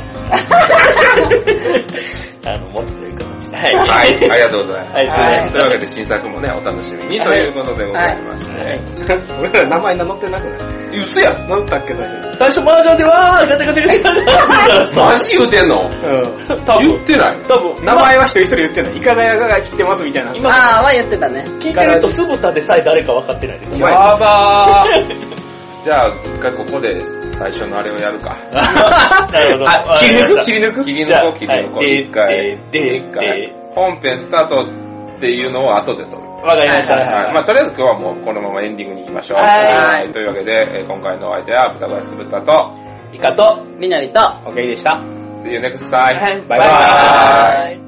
ー。あの、持つという形で。はい。
はい、ありがとうございます。
はい、すいません。
というわけで新作もね、お楽しみにということでございまして。
俺ら名前名乗ってなくない
嘘や
名乗ったっけ最初。
最初マージャンでわーガチャガチャガチャガチャガチャ
マジ言うてんの
うん。
多分
言ってない
多分
名前は一人一人言ってない。いかがやが来てますみたいな。
今
あーは言ってたね。
聞いてると酢豚でさえ誰か分かってないです。
やばー。 じゃあ、一回ここで最初のあれをやるか。
なるほど。
あ、切り抜く切り抜く
切り
じゃあ
抜こう、切り抜こう。
はい
一回。
でで
一回
で。
本編スタートっていうのを後で撮る。
わかりました。
はい
はい。まあ、とりあえず今日はもうこのままエンディングに行きましょう。
はい
というわけで、えー今回のお相手は豚小屋酢豚と、
イカと、
みのりと、
OK でした。See you next time.
は
バイバ
いバイバ
イ
イ。
バイ。